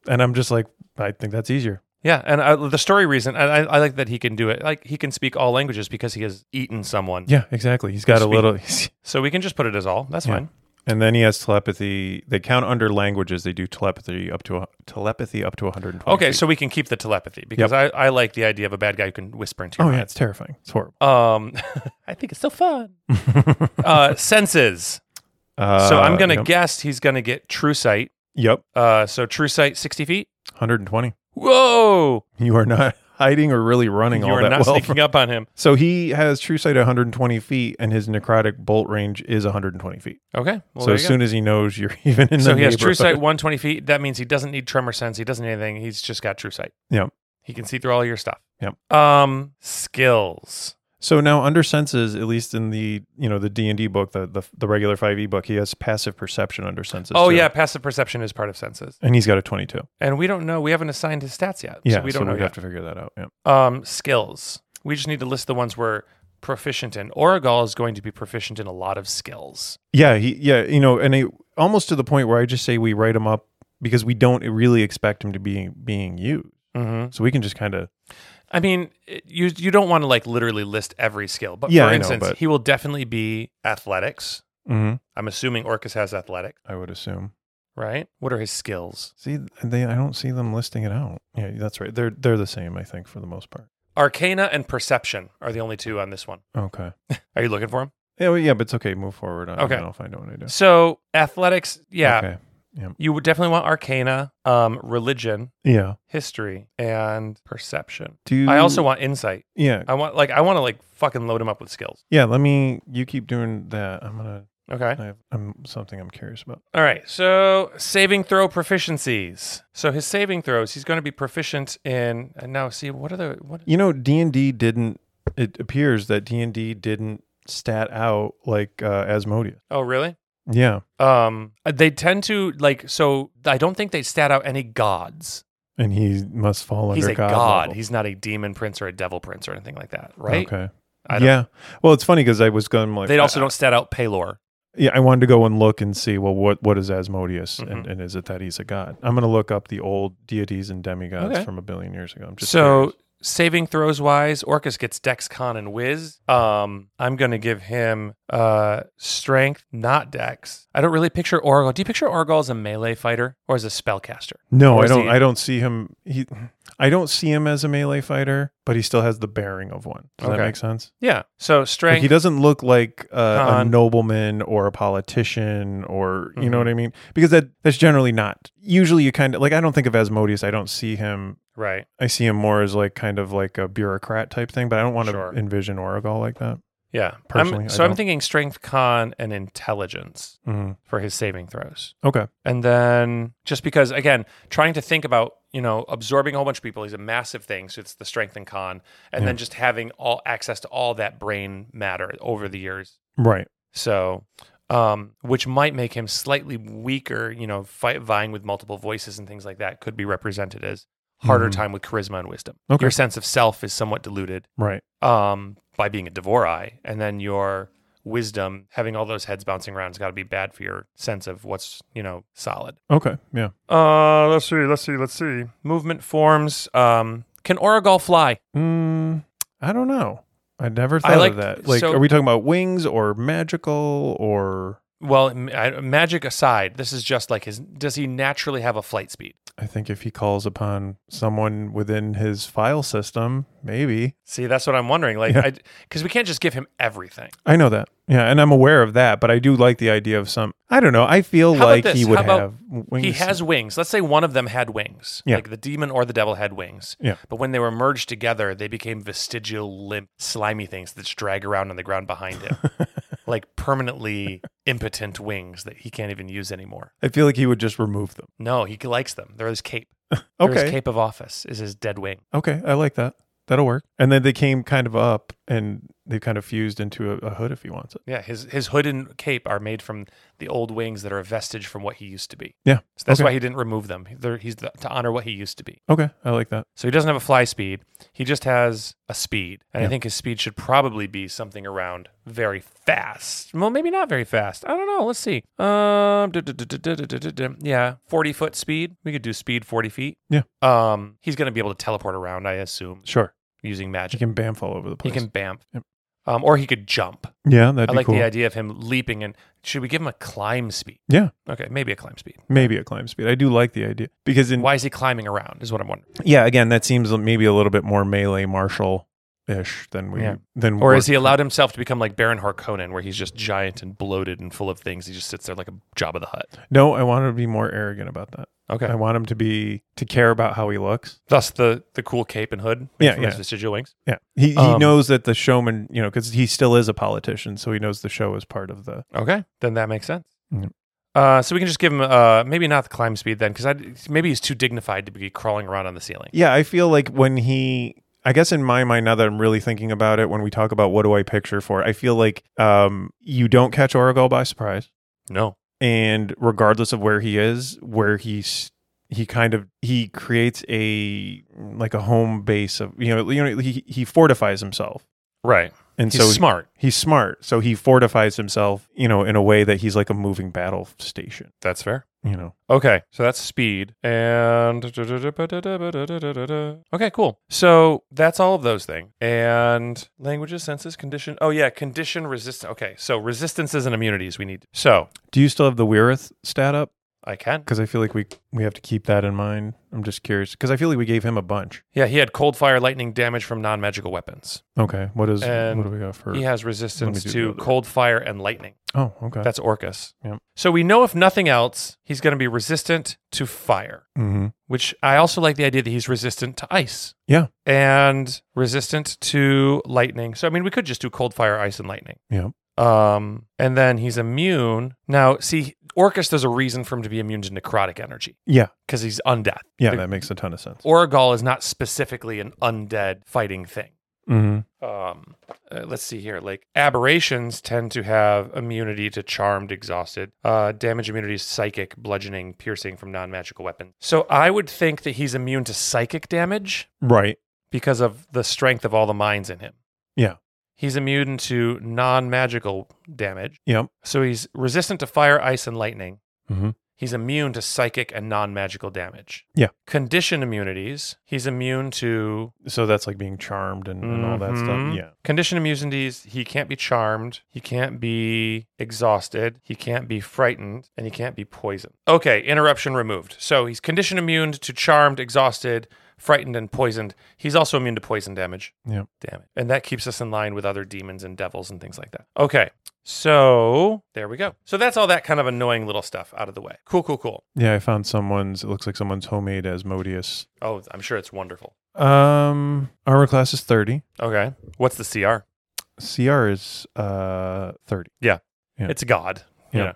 Speaker 1: and I'm just like, I think that's easier.
Speaker 2: Yeah, and I, the story reason I, I I like that he can do it. Like he can speak all languages because he has eaten someone.
Speaker 1: Yeah, exactly. He's got a
Speaker 2: Speak-
Speaker 1: little.
Speaker 2: So we can just put it as all. That's
Speaker 1: Yeah.
Speaker 2: fine.
Speaker 1: and then he has telepathy. They count under languages. They do telepathy up to a, telepathy up to 120.
Speaker 2: Okay,
Speaker 1: feet.
Speaker 2: so we can keep the telepathy because I, I like the idea of a bad guy who can whisper into your
Speaker 1: oh yeah,
Speaker 2: mind.
Speaker 1: it's terrifying. It's horrible.
Speaker 2: Um, I think it's so fun. uh, senses.
Speaker 1: Uh,
Speaker 2: So I'm gonna
Speaker 1: yep.
Speaker 2: guess he's gonna get true sight.
Speaker 1: Yep,
Speaker 2: Uh, so true sight, sixty feet.
Speaker 1: 120.
Speaker 2: Whoa!
Speaker 1: You are not hiding or really running
Speaker 2: You
Speaker 1: all
Speaker 2: are
Speaker 1: that
Speaker 2: not
Speaker 1: well.
Speaker 2: sneaking up on him.
Speaker 1: so he has true sight at 120 feet, and his necrotic bolt range is 120 feet.
Speaker 2: Okay. Well,
Speaker 1: so
Speaker 2: there
Speaker 1: as
Speaker 2: you go.
Speaker 1: soon as he knows you're even in
Speaker 2: so
Speaker 1: the
Speaker 2: he has true
Speaker 1: neighborhood-
Speaker 2: sight 120 feet. That means he doesn't need tremor sense. He doesn't need anything. He's just got true sight.
Speaker 1: Yep.
Speaker 2: He can see through all your stuff.
Speaker 1: Yep.
Speaker 2: Um, skills.
Speaker 1: So now under senses, at least in the you know the D and D book, the, the the regular five E book, he has passive perception under senses.
Speaker 2: oh
Speaker 1: too.
Speaker 2: yeah, passive perception is part of senses,
Speaker 1: and he's got a twenty two.
Speaker 2: and we don't know. We haven't assigned his stats yet.
Speaker 1: Yeah,
Speaker 2: So we don't
Speaker 1: we'd
Speaker 2: know
Speaker 1: have
Speaker 2: yet.
Speaker 1: to figure that out. Yeah.
Speaker 2: Um, skills. We just need to list the ones we're proficient in. Oragal is going to be proficient in a lot of skills.
Speaker 1: Yeah, he yeah you know, and it, almost to the point where I just say we write him up because we don't really expect him to be being used,
Speaker 2: Mm-hmm.
Speaker 1: so we can just kind of
Speaker 2: I mean, it- you you don't want to like literally list every skill, but
Speaker 1: Yeah, I
Speaker 2: for
Speaker 1: know,
Speaker 2: instance,
Speaker 1: but-
Speaker 2: he will definitely be athletics. I'm assuming Orcus has athletics,
Speaker 1: mm-hmm, I would assume.
Speaker 2: right? What are his skills?
Speaker 1: See, they I don't see them listing it out. Yeah, that's right. They're they're the same, I think, for the most part.
Speaker 2: Arcana and Perception are the only two on this one.
Speaker 1: Okay.
Speaker 2: Are you looking for them?
Speaker 1: Yeah, well, yeah, but it's okay. Move forward. I,
Speaker 2: Okay.
Speaker 1: I'll find out what I do.
Speaker 2: So athletics, yeah,
Speaker 1: Okay.
Speaker 2: you would definitely want Arcana, um, religion,
Speaker 1: Yeah.
Speaker 2: history, and perception.
Speaker 1: Do
Speaker 2: I also want insight.
Speaker 1: Yeah.
Speaker 2: I want like I want to like fucking load him up with skills.
Speaker 1: Yeah, let me. You keep doing that. I'm gonna.
Speaker 2: Okay.
Speaker 1: I have, I'm something I'm curious about.
Speaker 2: All right. So saving throw proficiencies. So his saving throws, he's going to be proficient in. And now, see what are the what?
Speaker 1: You know, D and D didn't. It appears that D and D didn't stat out like uh, Asmodeus.
Speaker 2: Oh, really?
Speaker 1: Yeah,
Speaker 2: Um, they tend to like. So I don't think they stat out any gods.
Speaker 1: and he must fall under
Speaker 2: he's a god.
Speaker 1: God. level.
Speaker 2: He's not a demon prince or a devil prince or anything like that, right?
Speaker 1: Okay.
Speaker 2: I don't-
Speaker 1: Yeah. Well, it's funny because I was going like
Speaker 2: They also
Speaker 1: I-
Speaker 2: don't stat out Palor.
Speaker 1: Yeah, I wanted to go and look and see. Well, what what is Asmodeus, and,
Speaker 2: Mhm.
Speaker 1: and is it that he's a god? I'm gonna look up the old deities and demigods
Speaker 2: Okay.
Speaker 1: from a billion years ago. I'm just
Speaker 2: So
Speaker 1: curious.
Speaker 2: saving throws wise, Orcus gets Dex, Con, and Wiz. Um, I'm gonna give him uh strength, not Dex. I don't really picture Orgol. Do you picture Orgol as a melee fighter or as a spellcaster?
Speaker 1: No,
Speaker 2: or
Speaker 1: I
Speaker 2: is
Speaker 1: don't.
Speaker 2: he-
Speaker 1: I don't see him. He, I don't see him as a melee fighter, but he still has the bearing of one. Does
Speaker 2: Okay.
Speaker 1: that make sense?
Speaker 2: Yeah. So
Speaker 1: Like, he
Speaker 2: strength.
Speaker 1: doesn't look like uh, a
Speaker 2: Con.
Speaker 1: nobleman or a politician, or you know
Speaker 2: Mhm.
Speaker 1: what I mean. Because that that's generally not. Usually, you kind of like. I don't think of Asmodeus. I don't see him.
Speaker 2: right.
Speaker 1: I see him more as like kind of like a bureaucrat type thing. But I don't want to
Speaker 2: Sure.
Speaker 1: envision Oragal like that.
Speaker 2: Yeah.
Speaker 1: Personally, I
Speaker 2: I'm, so I'm
Speaker 1: don't.
Speaker 2: thinking strength, con, and intelligence
Speaker 1: Mhm.
Speaker 2: for his saving throws.
Speaker 1: Okay.
Speaker 2: And then just because, again, trying to think about, you know, absorbing a whole bunch of people is a massive thing. So it's the strength and con. And
Speaker 1: Yeah.
Speaker 2: then just having all access to all that brain matter over the years.
Speaker 1: Right.
Speaker 2: So, um, which might make him slightly weaker, you know, fight, vying with multiple voices and things like that could be represented as harder
Speaker 1: Mhm.
Speaker 2: time with charisma and wisdom.
Speaker 1: Okay.
Speaker 2: Your sense of self is somewhat diluted
Speaker 1: Right.
Speaker 2: um, by being a Devorai. And then your wisdom, having all those heads bouncing around has got to be bad for your sense of what's, you know, solid.
Speaker 1: Okay. Yeah.
Speaker 2: Uh, let's see, let's see, let's see. Movement forms. Um, can Oragal fly?
Speaker 1: Mm, I don't know. I never thought
Speaker 2: like-
Speaker 1: of that. Like,
Speaker 2: so-
Speaker 1: are we talking about wings or magical or?
Speaker 2: Well, m- I- magic aside, this is just like his. Does he naturally have a flight speed?
Speaker 1: I think if he calls upon someone within his file system, maybe.
Speaker 2: See, that's what I'm wondering. Like,
Speaker 1: Yeah.
Speaker 2: because we can't just give him everything.
Speaker 1: I know that. Yeah, and I'm aware of that, but I do like the idea of some. I don't know. I feel
Speaker 2: How about
Speaker 1: like
Speaker 2: this?
Speaker 1: he would
Speaker 2: How about
Speaker 1: have wings.
Speaker 2: He has wings. Let's say one of them had wings.
Speaker 1: Yeah.
Speaker 2: Like the demon or the devil had wings.
Speaker 1: Yeah.
Speaker 2: But when they were merged together, they became vestigial, limp, slimy things that just drag around on the ground behind him. like permanently impotent wings that he can't even use anymore.
Speaker 1: I feel like he would just remove them.
Speaker 2: No, he likes them. They're his cape. They're his
Speaker 1: Okay.
Speaker 2: cape of office is his dead wing.
Speaker 1: Okay. I like that. That'll work. And then they came kind of up and they kind of fused into a, a hood if he wants it.
Speaker 2: Yeah, his his hood and cape are made from the old wings that are a vestige from what he used to be.
Speaker 1: Yeah.
Speaker 2: So that's
Speaker 1: Okay.
Speaker 2: why he didn't remove them. They're, he's the, to honor what he used to be.
Speaker 1: Okay. I like that.
Speaker 2: So he doesn't have a fly speed. He just has a speed. And I
Speaker 1: Yeah.
Speaker 2: think his speed should probably be something around very fast. Well, maybe not very fast. I don't know. Let's see. Um, duh, duh, duh, duh, duh, duh, duh, duh, duh. yeah, 40 foot speed. We could do speed 40 feet.
Speaker 1: Yeah.
Speaker 2: Um, he's going to be able to teleport around, I assume,
Speaker 1: Sure.
Speaker 2: using
Speaker 1: He
Speaker 2: magic.
Speaker 1: can bamf all over the
Speaker 2: He
Speaker 1: place.
Speaker 2: can bamf.
Speaker 1: Yep.
Speaker 2: Um, or he could jump.
Speaker 1: Yeah. That'd
Speaker 2: I
Speaker 1: be
Speaker 2: like
Speaker 1: cool.
Speaker 2: the idea of him leaping. And should we give him a climb speed?
Speaker 1: Yeah.
Speaker 2: Okay, maybe a climb speed.
Speaker 1: Maybe a climb speed. I do like the idea because in
Speaker 2: Why is he climbing around? Is what I'm wondering.
Speaker 1: yeah again that seems maybe a little bit more melee martial ish than we
Speaker 2: Yeah.
Speaker 1: than
Speaker 2: Or is
Speaker 1: we're-
Speaker 2: he allowed himself to become like Baron Harkonnen, where he's just giant and bloated and full of things? He just sits there like a Job of the Hut.
Speaker 1: No, I want him to be more arrogant about that.
Speaker 2: Okay.
Speaker 1: I want him to be to care about how he looks.
Speaker 2: Thus the the cool cape and hood.
Speaker 1: Yeah,
Speaker 2: from his
Speaker 1: yeah.
Speaker 2: vestigial wings.
Speaker 1: Yeah, he he
Speaker 2: Um,
Speaker 1: knows that the showman, you know, because he still is a politician, so he knows the show is part of the.
Speaker 2: Okay, then that makes sense.
Speaker 1: Mhm.
Speaker 2: Uh, so we can just give him uh, maybe not the climb speed then, because maybe he's too dignified to be crawling around on the ceiling.
Speaker 1: Yeah, I feel like when he. I guess in my mind now that I'm really thinking about it, when we talk about what do I picture for, I feel like um, you don't catch Oracle by surprise,
Speaker 2: No.
Speaker 1: and regardless of where he is, where he's he kind of he creates a like a home base of you know you know he he fortifies himself,
Speaker 2: Right.
Speaker 1: and
Speaker 2: He's
Speaker 1: so
Speaker 2: smart.
Speaker 1: he's smart so he fortifies himself you know in a way that he's like a moving battle station
Speaker 2: That's fair.
Speaker 1: you know
Speaker 2: Okay, so that's speed. And okay, cool. So that's all of those things. And languages, senses, condition. Oh yeah, condition resistance. Okay, so resistances and immunities we need. So
Speaker 1: do you still have the weirith stat up
Speaker 2: I can.
Speaker 1: because i feel like we we have to keep that in mind i'm just curious because i feel like we gave him a bunch
Speaker 2: Yeah, he had cold fire, lightning damage from non-magical weapons.
Speaker 1: okay what is
Speaker 2: And
Speaker 1: what do we got for
Speaker 2: He has resistance
Speaker 1: do the
Speaker 2: to
Speaker 1: other.
Speaker 2: cold fire and lightning.
Speaker 1: oh okay
Speaker 2: That's Orcus.
Speaker 1: Yep.
Speaker 2: So we know if nothing else, he's going to be resistant to fire.
Speaker 1: hmm
Speaker 2: which I also like the idea that he's resistant to ice.
Speaker 1: Yeah.
Speaker 2: And resistant to lightning. So I mean we could just do cold fire, ice, and lightning.
Speaker 1: Yeah.
Speaker 2: Um, and then he's immune. Now, see, Orcus, there's a reason for him to be immune to necrotic energy.
Speaker 1: Yeah.
Speaker 2: Because he's undead.
Speaker 1: yeah
Speaker 2: The-
Speaker 1: that makes a ton of sense
Speaker 2: Oragal is not specifically an undead fighting thing.
Speaker 1: hmm
Speaker 2: Um, uh, let's see here. Like aberrations tend to have immunity to charmed, exhausted. Uh, damage immunity is psychic, bludgeoning, piercing from non-magical weapons. So I would think that he's immune to psychic damage
Speaker 1: right
Speaker 2: because of the strength of all the minds in him.
Speaker 1: Yeah.
Speaker 2: He's immune to non-magical damage.
Speaker 1: yep
Speaker 2: So he's resistant to fire, ice, and lightning.
Speaker 1: Mhm.
Speaker 2: He's immune to psychic and non-magical damage.
Speaker 1: Yeah.
Speaker 2: Condition immunities. He's immune to
Speaker 1: so that's like being charmed and, and all that stuff
Speaker 2: Mhm.
Speaker 1: yeah
Speaker 2: Condition immunities, he can't be charmed, he can't be exhausted, he can't be frightened, and he can't be poisoned. Okay, interruption removed. So he's condition immune to charmed, exhausted, frightened, and poisoned. He's also immune to poison damage.
Speaker 1: Yep.
Speaker 2: Damn it. And that keeps us in line with other demons and devils and things like that. Okay. So there we go. So that's all that kind of annoying little stuff out of the way. Cool, cool, cool.
Speaker 1: yeah i found someone's it looks like someone's homemade asmodeus
Speaker 2: Oh, I'm sure it's wonderful.
Speaker 1: um armor class is 30
Speaker 2: Okay. What's the CR?
Speaker 1: cr is uh 30 Yeah.
Speaker 2: It's God.
Speaker 1: Yeah.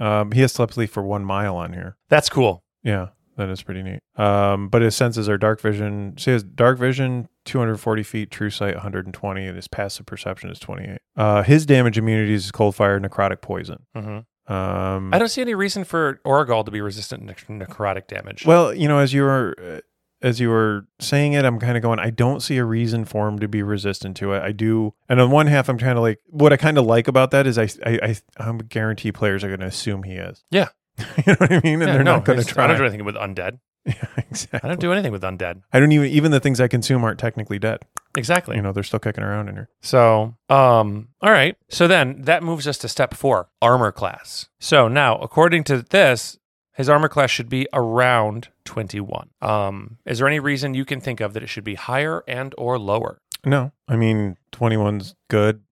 Speaker 1: Um, he has telepathy for one mile on here.
Speaker 2: That's cool.
Speaker 1: Yeah, that is pretty neat. Um, but his senses are dark vision. So he has dark vision, 240 feet, true sight, 120, and his passive perception is 28. Uh, his damage immunities is cold fire, necrotic poison.
Speaker 2: hmm
Speaker 1: Um,
Speaker 2: I don't see any reason for Oragal to be resistant to nec- necrotic damage.
Speaker 1: Well, you know, as you were uh, as you were saying it, I'm kind of going, I don't see a reason for him to be resistant to it. I do, and on one half, I'm kind of like, what I kind of like about that is I, I, I, am guarantee players are going to assume he is.
Speaker 2: Yeah.
Speaker 1: you know what I mean? And
Speaker 2: Yeah,
Speaker 1: they're
Speaker 2: no,
Speaker 1: not going to
Speaker 2: it's- I
Speaker 1: try.
Speaker 2: don't do anything with undead.
Speaker 1: yeah, exactly.
Speaker 2: I don't do anything with undead.
Speaker 1: I don't even even the things I consume aren't technically dead.
Speaker 2: Exactly.
Speaker 1: You know, they're still kicking around in here.
Speaker 2: So, um, all right. So then that moves us to step four, armor class. So now, according to this, his armor class should be around 21. Um, is there any reason you can think of that it should be higher and or lower?
Speaker 1: No, I mean, 21's good.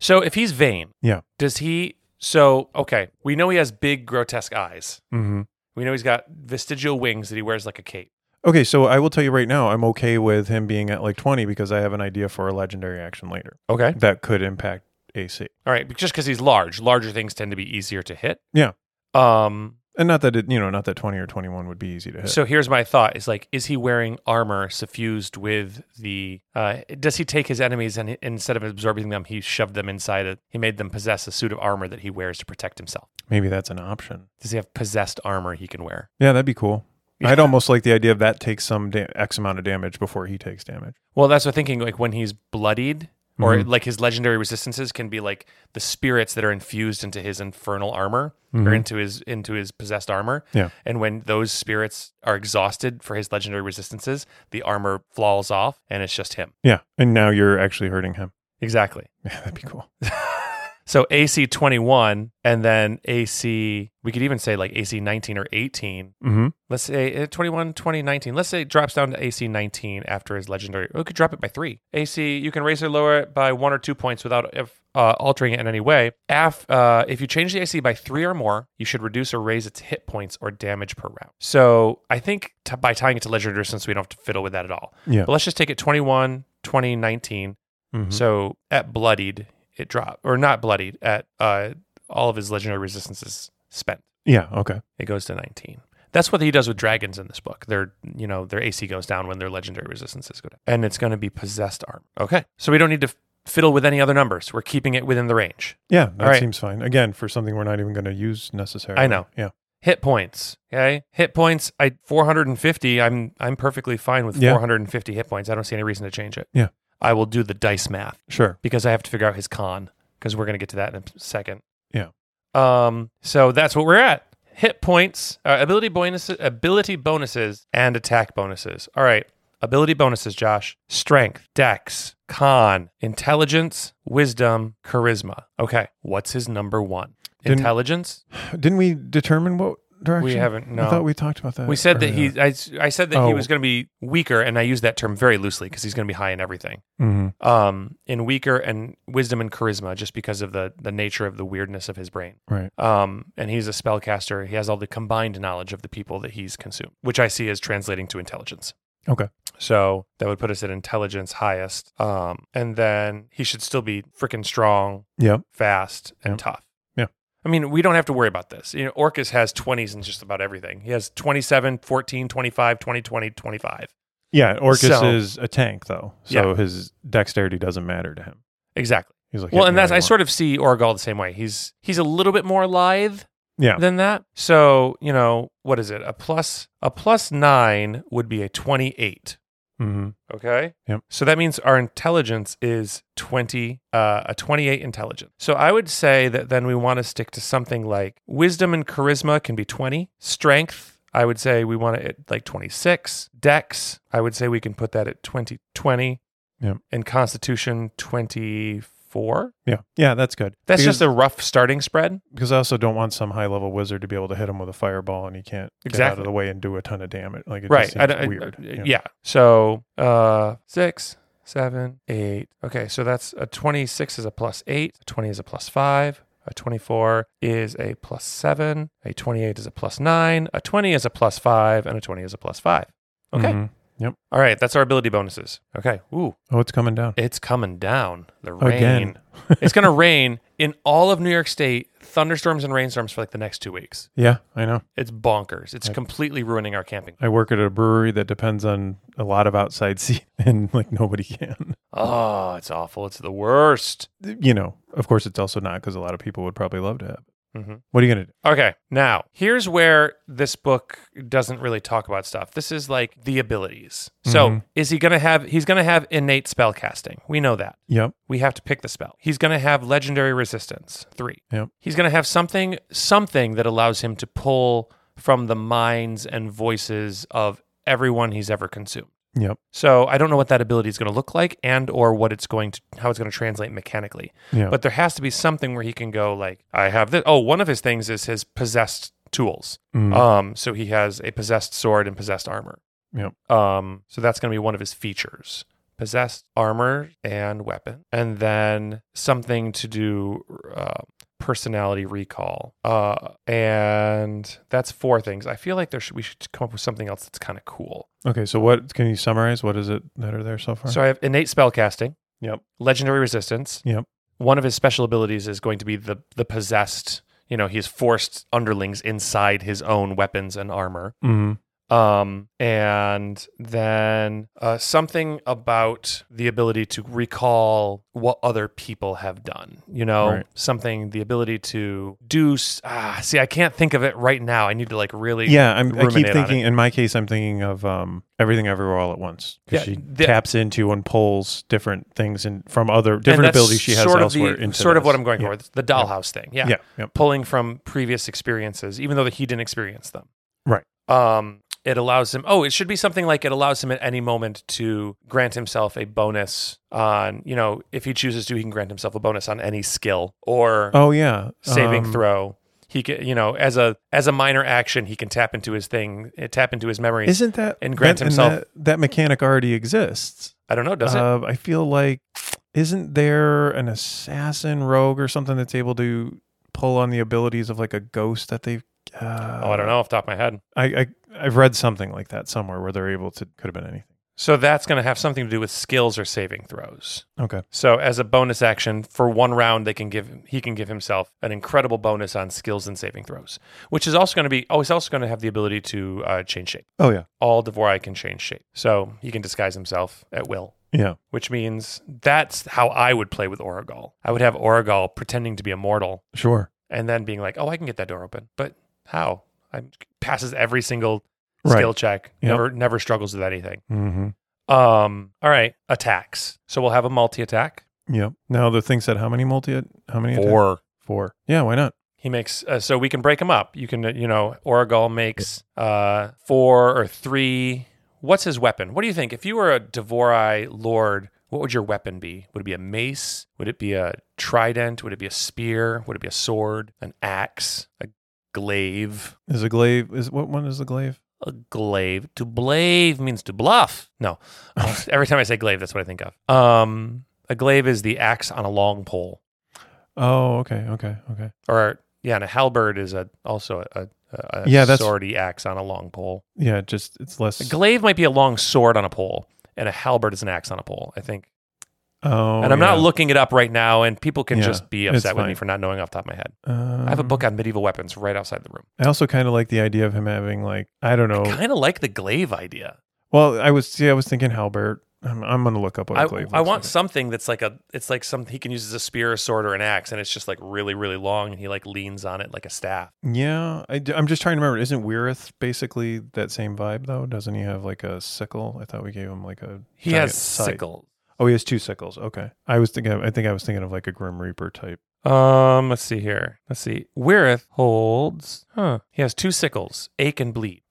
Speaker 2: So if he's vain,
Speaker 1: Yeah.
Speaker 2: does he? So okay, we know he has big grotesque eyes.
Speaker 1: hmm
Speaker 2: We know he's got vestigial wings that he wears like a cape.
Speaker 1: Okay, so I will tell you right now, I'm okay with him being at like 20 because I have an idea for a legendary action later
Speaker 2: Okay,
Speaker 1: that could impact AC.
Speaker 2: all right. but Just because he's large, larger things tend to be easier to hit.
Speaker 1: Yeah.
Speaker 2: Um,
Speaker 1: And not that it, you know, not that 20 or 21 would be easy to hit.
Speaker 2: So here's my thought: is like, is he wearing armor suffused with the? Uh, does he take his enemies and instead of absorbing them, he shoved them inside? A, he made them possess a suit of armor that he wears to protect himself.
Speaker 1: Maybe that's an option.
Speaker 2: Does he have possessed armor he can wear?
Speaker 1: Yeah, that'd be cool.
Speaker 2: Yeah.
Speaker 1: I'd almost like the idea of that takes some da- X amount of damage before he takes damage.
Speaker 2: Well, that's what I'm thinking. Like when he's bloodied, or
Speaker 1: Mhm.
Speaker 2: like his legendary resistances can be like the spirits that are infused into his infernal armor or
Speaker 1: Mhm.
Speaker 2: into his into his possessed armor.
Speaker 1: Yeah.
Speaker 2: And when those spirits are exhausted for his legendary resistances, the armor falls off, and it's just him.
Speaker 1: Yeah. And now you're actually hurting him.
Speaker 2: Exactly.
Speaker 1: Yeah, that'd be
Speaker 2: Mm-hmm.
Speaker 1: cool.
Speaker 2: So AC 21 and then AC, we could even say like AC 19 or 18.
Speaker 1: Mm-hmm.
Speaker 2: Let's say uh, 21, 20, 19. Let's say it drops down to AC 19 after his legendary. Or we could drop it by three. AC, you can raise or lower it by one or two points without if, uh, altering it in any way. Af, uh, if you change the AC by three or more, you should reduce or raise its hit points or damage per round. So I think t- by tying it to legendary, since we don't have to fiddle with that at all.
Speaker 1: Yeah.
Speaker 2: But let's just take it 21, 20, 19.
Speaker 1: Mhm.
Speaker 2: So at bloodied, it dropped, or not bloodied, at uh, all of his legendary resistances spent,
Speaker 1: yeah. Okay.
Speaker 2: it goes to 19. That's what he does with dragons in this book. Their, you know, their AC goes down when their legendary resistances go down, and it's going to be possessed armor. Okay, so we don't need to fiddle with any other numbers. We're keeping it within the range.
Speaker 1: Yeah. That
Speaker 2: right.
Speaker 1: seems fine. Again, for something we're not even going to use necessarily.
Speaker 2: I know.
Speaker 1: Yeah.
Speaker 2: Hit points, okay? Hit points. I 450. I'm I'm perfectly fine with
Speaker 1: Yeah.
Speaker 2: 450 hit points. I don't see any reason to change it.
Speaker 1: Yeah.
Speaker 2: I will do the dice math.
Speaker 1: Sure.
Speaker 2: because I have to figure out his con because we're going to get to that in a second.
Speaker 1: Yeah.
Speaker 2: Um. So that's what we're at. Hit points, uh, ability bonuses, ability bonuses, and attack bonuses. All right. Ability bonuses, Josh. Strength, dex, con, intelligence, wisdom, charisma. Okay. What's his number one?
Speaker 1: Didn't-
Speaker 2: intelligence?
Speaker 1: Didn't we determine what direction?
Speaker 2: We haven't. No.
Speaker 1: I thought we talked about that.
Speaker 2: We said that
Speaker 1: earlier.
Speaker 2: he. I, s- I said that he
Speaker 1: Oh.
Speaker 2: was going to be weaker, and I use that term very loosely because he's going to be high in everything
Speaker 1: Mhm.
Speaker 2: um, in weaker and wisdom and charisma just because of the the nature of the weirdness of his brain.
Speaker 1: Right.
Speaker 2: Um, and he's a spellcaster. He has all the combined knowledge of the people that he's consumed, which I see as translating to intelligence.
Speaker 1: Okay.
Speaker 2: So that would put us at intelligence highest. Um, and then he should still be freaking strong,
Speaker 1: Yep.
Speaker 2: fast, and
Speaker 1: Yep.
Speaker 2: tough.
Speaker 1: Yeah.
Speaker 2: I mean, we don't have to worry about this. You know, Orcus has 20s in just about everything. He has 27, 14, 25, 20, 20, 25.
Speaker 1: Yeah. Orcus
Speaker 2: So-
Speaker 1: is a tank, though. So his dexterity doesn't matter to him.
Speaker 2: Exactly.
Speaker 1: He's like,
Speaker 2: Well,
Speaker 1: hit
Speaker 2: and
Speaker 1: me all
Speaker 2: that's
Speaker 1: you
Speaker 2: I
Speaker 1: want.
Speaker 2: sort of see Orgal the same way. He's he's a little bit more lithe
Speaker 1: Yeah.
Speaker 2: than that. So you know what is it? A plus a plus nine would be a twenty eight.
Speaker 1: Mhm.
Speaker 2: Okay.
Speaker 1: Yep.
Speaker 2: So that means our intelligence is twenty uh, a twenty eight intelligence. So I would say that then we want to stick to something like wisdom and charisma can be twenty. Strength. I would say we want it at like 26. Dex, I would say we can put that at 20, 20.
Speaker 1: Yep.
Speaker 2: And Constitution, 24.
Speaker 1: Yeah. Yeah. That's good.
Speaker 2: That's
Speaker 1: Because-
Speaker 2: just a rough starting spread.
Speaker 1: because I also don't want some high level wizard to be able to hit him with a fireball and he can't get out
Speaker 2: Exactly.
Speaker 1: of the way and do a ton of damage. Like it
Speaker 2: right.
Speaker 1: just seems
Speaker 2: don't-
Speaker 1: weird.
Speaker 2: uh, yeah. So uh six, seven, eight. Okay, so that's a twenty-six is a plus eight, a twenty is a plus five, a twenty-four is a plus seven, a twenty-eight is a plus nine, a twenty is a plus five, and a twenty is a plus five. Okay.
Speaker 1: Mhm.
Speaker 2: All right, that's our ability bonuses. Okay. Ooh,
Speaker 1: Oh, it's coming down.
Speaker 2: it's coming down. The rain.
Speaker 1: Again.
Speaker 2: it's gonna rain in all of New York State, thunderstorms and rainstorms for like the next two weeks.
Speaker 1: Yeah, I know.
Speaker 2: It's bonkers. It's completely ruining our camping.
Speaker 1: I work at a brewery that depends on a lot of outside sea and like nobody can.
Speaker 2: Oh, it's awful. It's the worst.
Speaker 1: You know, of course, it's also not because a lot of people would probably love to have. it.
Speaker 2: Mm-hmm.
Speaker 1: What are you gonna do?
Speaker 2: Okay, now here's where this book doesn't really talk about stuff. This is like the abilities. So
Speaker 1: Mhm.
Speaker 2: is he gonna have? He's gonna have innate spell casting. We know that.
Speaker 1: Yep.
Speaker 2: We have to pick the spell. He's gonna have legendary resistance three.
Speaker 1: Yep.
Speaker 2: He's gonna have something something that allows him to pull from the minds and voices of everyone he's ever consumed.
Speaker 1: Yep.
Speaker 2: So I don't know what that ability is going to look like and or what it's going to how it's going to translate mechanically.
Speaker 1: Yeah.
Speaker 2: But there has to be something where he can go like I have this oh one of his things is his possessed tools.
Speaker 1: Mm.
Speaker 2: Um so he has a possessed sword and possessed armor.
Speaker 1: Yep.
Speaker 2: Um so that's going to be one of his features. Possessed armor and weapon and then something to do uh, personality recall. Uh and that's four things. I feel like there should we should come up with something else that's kind of cool.
Speaker 1: okay. So what can you summarize? What is it that are there so far?
Speaker 2: So I have innate spell casting.
Speaker 1: Yep.
Speaker 2: Legendary resistance.
Speaker 1: Yep.
Speaker 2: One of his special abilities is going to be the the possessed. You know, he's forced underlings inside his own weapons and armor.
Speaker 1: Mhm.
Speaker 2: Um, and then uh, something about the ability to recall what other people have done. You know,
Speaker 1: Right.
Speaker 2: something the ability to do. s- Ah, see, I can't think of it right now. I need to like really.
Speaker 1: Yeah, I'm, I keep
Speaker 2: ruminate on
Speaker 1: thinking. In my case, I'm thinking of um, everything everywhere all at once
Speaker 2: Yeah,
Speaker 1: because she
Speaker 2: the-
Speaker 1: taps into and pulls different things and from other
Speaker 2: And
Speaker 1: different
Speaker 2: that's
Speaker 1: abilities she has
Speaker 2: sort of
Speaker 1: elsewhere.
Speaker 2: the,
Speaker 1: into
Speaker 2: sort of what
Speaker 1: this.
Speaker 2: I'm going
Speaker 1: yeah.
Speaker 2: for. The dollhouse thing.
Speaker 1: Yeah. Yep.
Speaker 2: pulling from previous experiences, even though that he didn't experience them.
Speaker 1: Right.
Speaker 2: Um, it allows him. Oh, it should be something like it allows him at any moment to grant himself a bonus on. You know, if he chooses to, he can grant himself a bonus on any skill or
Speaker 1: Oh yeah.
Speaker 2: saving
Speaker 1: Um,
Speaker 2: throw. He can, you know, as a as a minor action, he can tap into his thing, eh, tap into his memories.
Speaker 1: Isn't that
Speaker 2: and grant
Speaker 1: that-
Speaker 2: himself-
Speaker 1: that, that mechanic already exists?
Speaker 2: I don't know, does it?
Speaker 1: Uh, I feel like isn't there an assassin rogue or something that's able to pull on the abilities of like a ghost that they've? Uh,
Speaker 2: Oh, I don't know off the top of my head.
Speaker 1: I, I I've read something like that somewhere where they're able to could have been anything.
Speaker 2: So that's going to have something to do with skills or saving throws.
Speaker 1: Okay.
Speaker 2: So as a bonus action for one round, they can give he can give himself an incredible bonus on skills and saving throws, which is also going to be oh he's also going to have the ability to uh, change shape.
Speaker 1: Oh yeah.
Speaker 2: All Devorai can change shape, so he can disguise himself at will.
Speaker 1: Yeah.
Speaker 2: Which means that's how I would play with Oragol. I would have Oragol pretending to be immortal
Speaker 1: Sure.
Speaker 2: and then being like, oh I can get that door open, but how? I passes every single
Speaker 1: Right.
Speaker 2: skill check,
Speaker 1: Yep.
Speaker 2: never never struggles with anything.
Speaker 1: Mm-hmm.
Speaker 2: Um, all right, attacks. So we'll have a multi attack.
Speaker 1: Yep. Now the thing said how many multi how many attack- four yeah why not
Speaker 2: He makes uh, so we can break them up. You can uh, you know Oragol makes uh, four or three. What's his weapon? What do you think? If you were a Devorai lord, what would your weapon be? Would it be a mace? Would it be a trident? Would it be a spear? Would it be a sword? An axe? A glaive?
Speaker 1: is a glaive is what one is the glaive
Speaker 2: A glaive. To blave means to bluff. No, every time I say glaive, that's what I think of. Um, a glaive is the axe on a long pole.
Speaker 1: oh okay okay okay
Speaker 2: or yeah, and a halberd is a also a, a, a
Speaker 1: Yeah, that's-
Speaker 2: swordy axe on a long pole.
Speaker 1: yeah just it's less
Speaker 2: A glaive might be a long sword on a pole, and a halberd is an axe on a pole. I think,
Speaker 1: oh
Speaker 2: and I'm not
Speaker 1: yeah.
Speaker 2: looking it up right now, and people can
Speaker 1: Yeah,
Speaker 2: just be
Speaker 1: it's
Speaker 2: upset with me
Speaker 1: fine.
Speaker 2: for not knowing off the top of my head.
Speaker 1: um,
Speaker 2: I have a book on medieval weapons right outside the room.
Speaker 1: I also kind of like the idea of him having like I don't know
Speaker 2: Kind of like the glaive idea.
Speaker 1: Well, I was see, I was thinking Halbert. I'm, I'm gonna look up what
Speaker 2: I,
Speaker 1: a glaive
Speaker 2: I
Speaker 1: looks
Speaker 2: want
Speaker 1: like.
Speaker 2: something that's like a it's like something he can use as a spear, a sword, or an axe, and it's just like really really long, and he like leans on it like a staff.
Speaker 1: Yeah, I, am just trying to remember. Isn't Weirith basically that same vibe though? Doesn't he have like a sickle? I thought we gave him like a.
Speaker 2: He
Speaker 1: giant
Speaker 2: has
Speaker 1: scythe.
Speaker 2: sickle.
Speaker 1: Oh, he has two sickles. Okay, I was thinking. I think I was thinking of like a Grim Reaper type.
Speaker 2: Um, let's see here. Let's see. Wirith holds. Huh. He has two sickles, ache and bleed.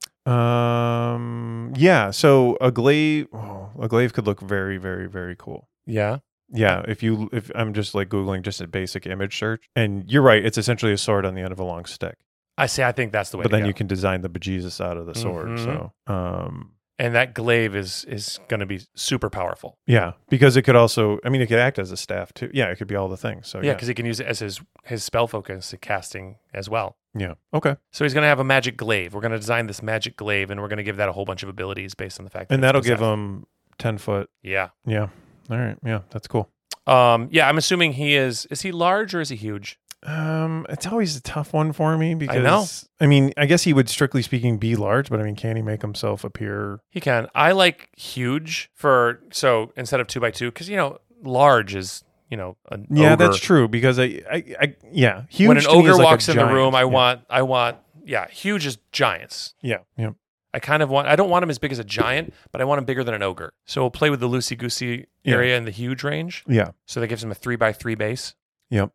Speaker 1: Um, yeah. So a glaive, oh, a glaive could look very, very, very cool.
Speaker 2: Yeah.
Speaker 1: Yeah, if you if I'm just like googling just a basic image search, and you're right, it's essentially a sword on the end of a long stick.
Speaker 2: I see. I think that's the way.
Speaker 1: but
Speaker 2: to
Speaker 1: then
Speaker 2: go.
Speaker 1: you can design the bejesus out of the sword.
Speaker 2: Mhm.
Speaker 1: So, um,
Speaker 2: And that glaive is is going to be super powerful.
Speaker 1: yeah, because it could also, I mean, it could act as a staff too. Yeah, it could be all the things. So
Speaker 2: yeah,
Speaker 1: Oh, yeah,
Speaker 2: because he can use it as his his spell focus and casting as well.
Speaker 1: yeah. okay.
Speaker 2: So he's going to have a magic glaive. We're going to design this magic glaive, and we're going to give that a whole bunch of abilities based on the fact. That
Speaker 1: And
Speaker 2: it's
Speaker 1: that'll give
Speaker 2: possessed.
Speaker 1: him ten foot.
Speaker 2: Yeah.
Speaker 1: Yeah. All right. Yeah, that's cool.
Speaker 2: Um. Yeah. I'm assuming he is. Is he large or is he huge?
Speaker 1: Um, it's always a tough one for me because
Speaker 2: know.
Speaker 1: I mean, I guess he would strictly speaking be large, but I mean, can he make himself appear?
Speaker 2: He can. I like huge for so instead of two by two because you know large is you know, an
Speaker 1: Yeah,
Speaker 2: ogre.
Speaker 1: that's true because I, I, I yeah, huge.
Speaker 2: when an
Speaker 1: to me is
Speaker 2: ogre
Speaker 1: like a
Speaker 2: walks in the
Speaker 1: giant.
Speaker 2: room, I
Speaker 1: Yeah.
Speaker 2: want, I want, yeah, huge as giants.
Speaker 1: Yeah, yeah,
Speaker 2: I kind of want, I don't want him as big as a giant, but I want him bigger than an ogre. So we'll play with the loosey goosey
Speaker 1: Yeah.
Speaker 2: area in the huge range.
Speaker 1: yeah.
Speaker 2: So that gives him a three by three base.
Speaker 1: Yep.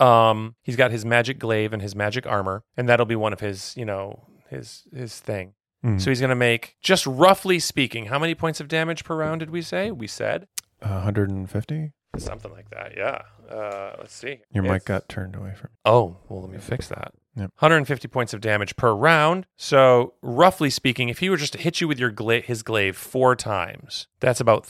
Speaker 2: Um, he's got his magic glaive and his magic armor, and that'll be one of his, you know, his his thing.
Speaker 1: Mhm.
Speaker 2: So he's gonna make just roughly speaking, how many points of damage per round did we say? We said
Speaker 1: Uh, 150.
Speaker 2: something like that. Yeah. Uh, let's see.
Speaker 1: Your
Speaker 2: It's-
Speaker 1: mic got turned away from.
Speaker 2: Oh, well, let me fix that.
Speaker 1: Yep.
Speaker 2: 150 points of damage per round. So, roughly speaking, if he were just to hit you with your gla- his glaive four times, that's about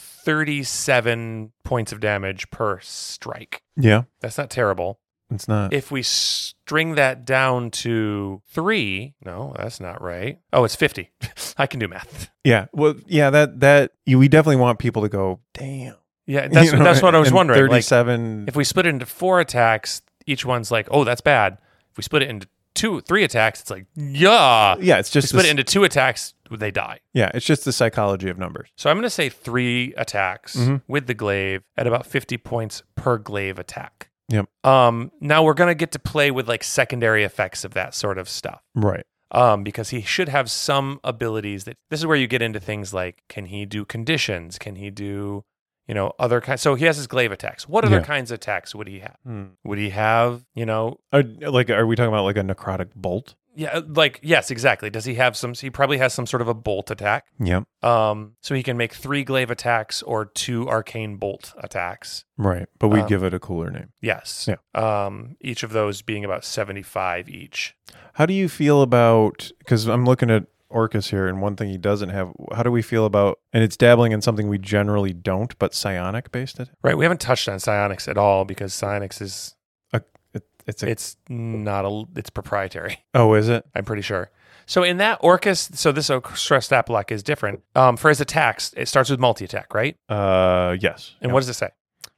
Speaker 2: 37 points of damage per strike.
Speaker 1: Yeah,
Speaker 2: That's not terrible.
Speaker 1: it's not.
Speaker 2: If we string that down to three, no, that's not right. Oh, it's 50. I can do math.
Speaker 1: yeah, well, yeah. That that you, we definitely want people to go. Damn.
Speaker 2: Yeah, that's,
Speaker 1: You know,
Speaker 2: that's what I was
Speaker 1: and
Speaker 2: wondering. Like,
Speaker 1: Thirty-seven.
Speaker 2: if we split it into four attacks, each one's like, oh, that's bad. If we split it into two, three attacks, it's like, yeah.
Speaker 1: yeah, it's
Speaker 2: We
Speaker 1: just
Speaker 2: split
Speaker 1: the-
Speaker 2: it into two attacks, they die.
Speaker 1: yeah, it's just the psychology of numbers.
Speaker 2: So I'm going to say three attacks
Speaker 1: Mhm.
Speaker 2: with the glaive at about 50 points per glaive attack.
Speaker 1: Yep.
Speaker 2: Um, now we're going to get to play with like secondary effects of that sort of stuff.
Speaker 1: Right.
Speaker 2: um, because he should have some abilities that this is where you get into things like can he do conditions can he do you know other kinds so he has his glaive attacks what other
Speaker 1: Yeah.
Speaker 2: kinds of attacks would he have would he have you know
Speaker 1: Hmm. Are, like, are we talking about like a necrotic bolt?
Speaker 2: yeah uh, like yes exactly does he have some he probably has some sort of a bolt attack
Speaker 1: Yep.
Speaker 2: um so he can make three glaive attacks or two arcane bolt attacks
Speaker 1: Right. But we
Speaker 2: Um,
Speaker 1: would give it a cooler name.
Speaker 2: yes
Speaker 1: Yeah.
Speaker 2: um each of those being about 75 each
Speaker 1: How do you feel about? Because I'm looking at Orcus here, and one thing he doesn't have. How do we feel about? And it's dabbling in something we generally don't, but psionic based it.
Speaker 2: right we haven't touched on psionics at all because psionics is
Speaker 1: it it's a,
Speaker 2: it's not a it's proprietary
Speaker 1: oh, is it?
Speaker 2: I'm pretty sure. So in that Orcus, so this stress stat block is different. Um, for his attacks, it starts with multi attack, right?
Speaker 1: Uh, yes.
Speaker 2: And
Speaker 1: Yep.
Speaker 2: what does it say?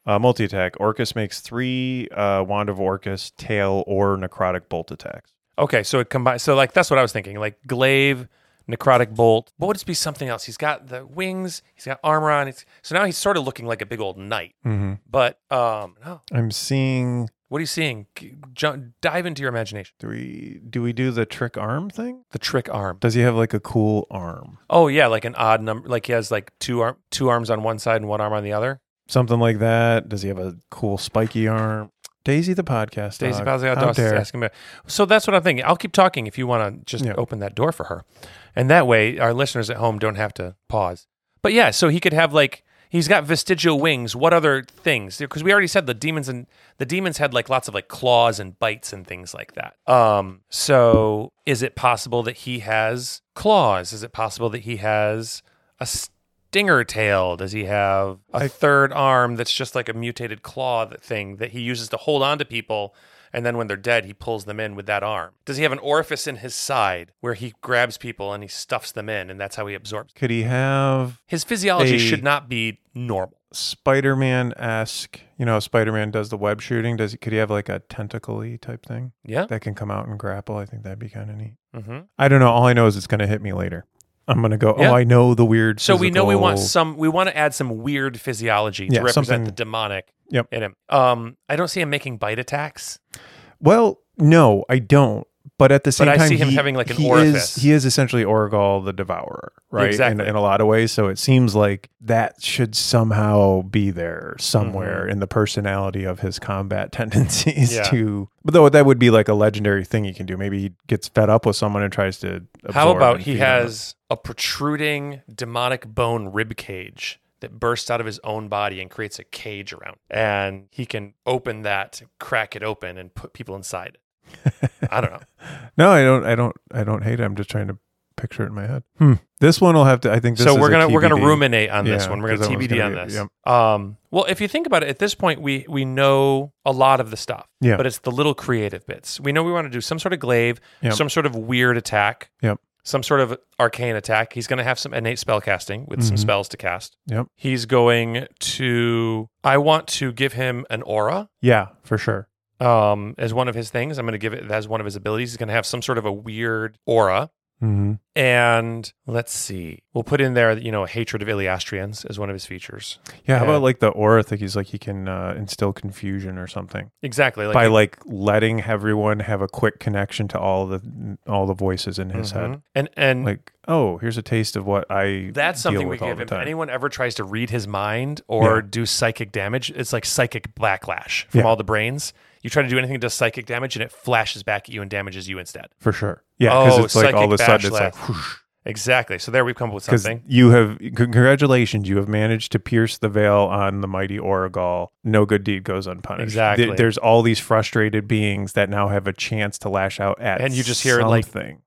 Speaker 1: Uh, multi attack. Orcus makes three uh, Wand of Orcus, Tail, or Necrotic Bolt attacks.
Speaker 2: Okay, so it combines. So like that's what I was thinking. Like glaive, necrotic bolt. What would it be? Something else? He's got the wings. He's got armor on. It's, so now he's sort of looking like a big old knight.
Speaker 1: Mm-hmm.
Speaker 2: But um, no.
Speaker 1: I'm seeing.
Speaker 2: What are you seeing? G- ju- dive into your imagination.
Speaker 1: Do we do we do the trick arm thing?
Speaker 2: The trick arm.
Speaker 1: Does he have like a cool arm?
Speaker 2: Oh yeah, like an odd number. Like he has like two arm, two arms on one side and one arm on the other.
Speaker 1: Something like that? Does he have a cool spiky arm? Daisy the podcast.
Speaker 2: Daisy
Speaker 1: dog.
Speaker 2: Bowser
Speaker 1: How
Speaker 2: Outdoors is
Speaker 1: dare.
Speaker 2: asking about. So that's what I'm thinking. I'll keep talking if you want to just
Speaker 1: Yeah.
Speaker 2: open that door for her, and that way our listeners at home don't have to pause. But yeah, so he could have like he's got vestigial wings. What other things? Because we already said the demons and the demons had like lots of like claws and bites and things like that. Um, so is it possible that he has claws? Is it possible that he has a stinger tail? Does he have a
Speaker 1: I-
Speaker 2: third arm that's just like a mutated claw that thing that he uses to hold on to people? And then when they're dead, he pulls them in with that arm. Does he have an orifice in his side where he grabs people and he stuffs them in, and that's how he absorbs?
Speaker 1: Could he have
Speaker 2: His physiology
Speaker 1: A-
Speaker 2: should not be normal.
Speaker 1: Spider Man esque? You know, how Spider Man does the web shooting. Does he? Could he have like a tentacle-y type thing
Speaker 2: Yeah.
Speaker 1: that can come out and grapple? I think that'd be kind of neat.
Speaker 2: Mm-hmm.
Speaker 1: I don't know. All I know is it's going to hit me later. I'm going to go,
Speaker 2: Yeah.
Speaker 1: oh, I know the weird.
Speaker 2: So we know we want
Speaker 1: physical-
Speaker 2: some. We want to add some weird physiology
Speaker 1: Yeah,
Speaker 2: to represent
Speaker 1: something-
Speaker 2: the demonic
Speaker 1: Yep.
Speaker 2: in him. Um, I don't see him making bite attacks.
Speaker 1: Well, no, I don't. But at the same
Speaker 2: I
Speaker 1: time,
Speaker 2: see him
Speaker 1: he-
Speaker 2: having, like, an
Speaker 1: he
Speaker 2: orifice.
Speaker 1: Is, he is essentially Orgol the Devourer, right?
Speaker 2: Exactly.
Speaker 1: In, in a lot of ways. So it seems like that should somehow be there somewhere in the personality of his combat tendencies.
Speaker 2: Mm-hmm. Yeah.
Speaker 1: To, but though that would be like a legendary thing he can do. Maybe he gets fed up with someone and tries to.
Speaker 2: How
Speaker 1: absorb
Speaker 2: about
Speaker 1: and
Speaker 2: he
Speaker 1: feed on
Speaker 2: has a protruding demonic bone rib cage that bursts out of his own body and creates a cage around, and he can open that, crack it open, and put people inside. it. I don't know.
Speaker 1: it? No, I don't. I don't. I don't hate it. I'm just trying to picture it in my head. Hmm. This one will have to. I think. This
Speaker 2: so
Speaker 1: is
Speaker 2: we're
Speaker 1: a
Speaker 2: gonna we're gonna
Speaker 1: TBD.
Speaker 2: ruminate on this
Speaker 1: Yeah,
Speaker 2: one. We're
Speaker 1: 'cause
Speaker 2: gonna
Speaker 1: that one's
Speaker 2: TBD
Speaker 1: gonna
Speaker 2: on
Speaker 1: be-
Speaker 2: this. Um, well, if you think about it, at this point we we know a lot of the stuff.
Speaker 1: Yeah.
Speaker 2: But it's the little creative bits. We know we want to do some sort of glaive,
Speaker 1: Yep.
Speaker 2: some sort of weird attack.
Speaker 1: Yep.
Speaker 2: Some sort of arcane attack. He's gonna have some innate spell casting with some
Speaker 1: Mhm.
Speaker 2: spells to cast.
Speaker 1: Yep.
Speaker 2: He's going to. I want to give him an aura
Speaker 1: Yeah, for sure.
Speaker 2: um, as one of his things. I'm going to give it as one of his abilities. He's going to have some sort of a weird aura.
Speaker 1: Mm-hmm.
Speaker 2: And let's see. We'll put in there, you know, hatred of Iliostrians as one of his features.
Speaker 1: Yeah, how
Speaker 2: Yeah.
Speaker 1: about like the aura? I think he's like he can uh, instill confusion or something
Speaker 2: Exactly. Like
Speaker 1: by like letting everyone have a quick connection to all the all the voices in his head.
Speaker 2: Mhm. And and
Speaker 1: Like, oh, here's a taste of what I.
Speaker 2: that's
Speaker 1: deal
Speaker 2: something we
Speaker 1: with all
Speaker 2: give.
Speaker 1: the
Speaker 2: If
Speaker 1: time.
Speaker 2: anyone ever tries to read his mind or
Speaker 1: Yeah.
Speaker 2: do psychic damage, it's like psychic backlash from
Speaker 1: Yeah.
Speaker 2: all the brains. You try to do anything to psychic damage, and it flashes back at you and damages you instead.
Speaker 1: for sure. Yeah, because
Speaker 2: Oh,
Speaker 1: it's like all of a
Speaker 2: psychic
Speaker 1: sudden it's like. whoosh.
Speaker 2: Exactly. So there we've come up with
Speaker 1: Because
Speaker 2: something.
Speaker 1: you have, congratulations, you have managed to pierce the veil on the mighty Oragal. No good deed goes unpunished.
Speaker 2: Exactly.
Speaker 1: Th- there's all these frustrated beings that now have a chance to lash out at
Speaker 2: And you just hear, like-
Speaker 1: something.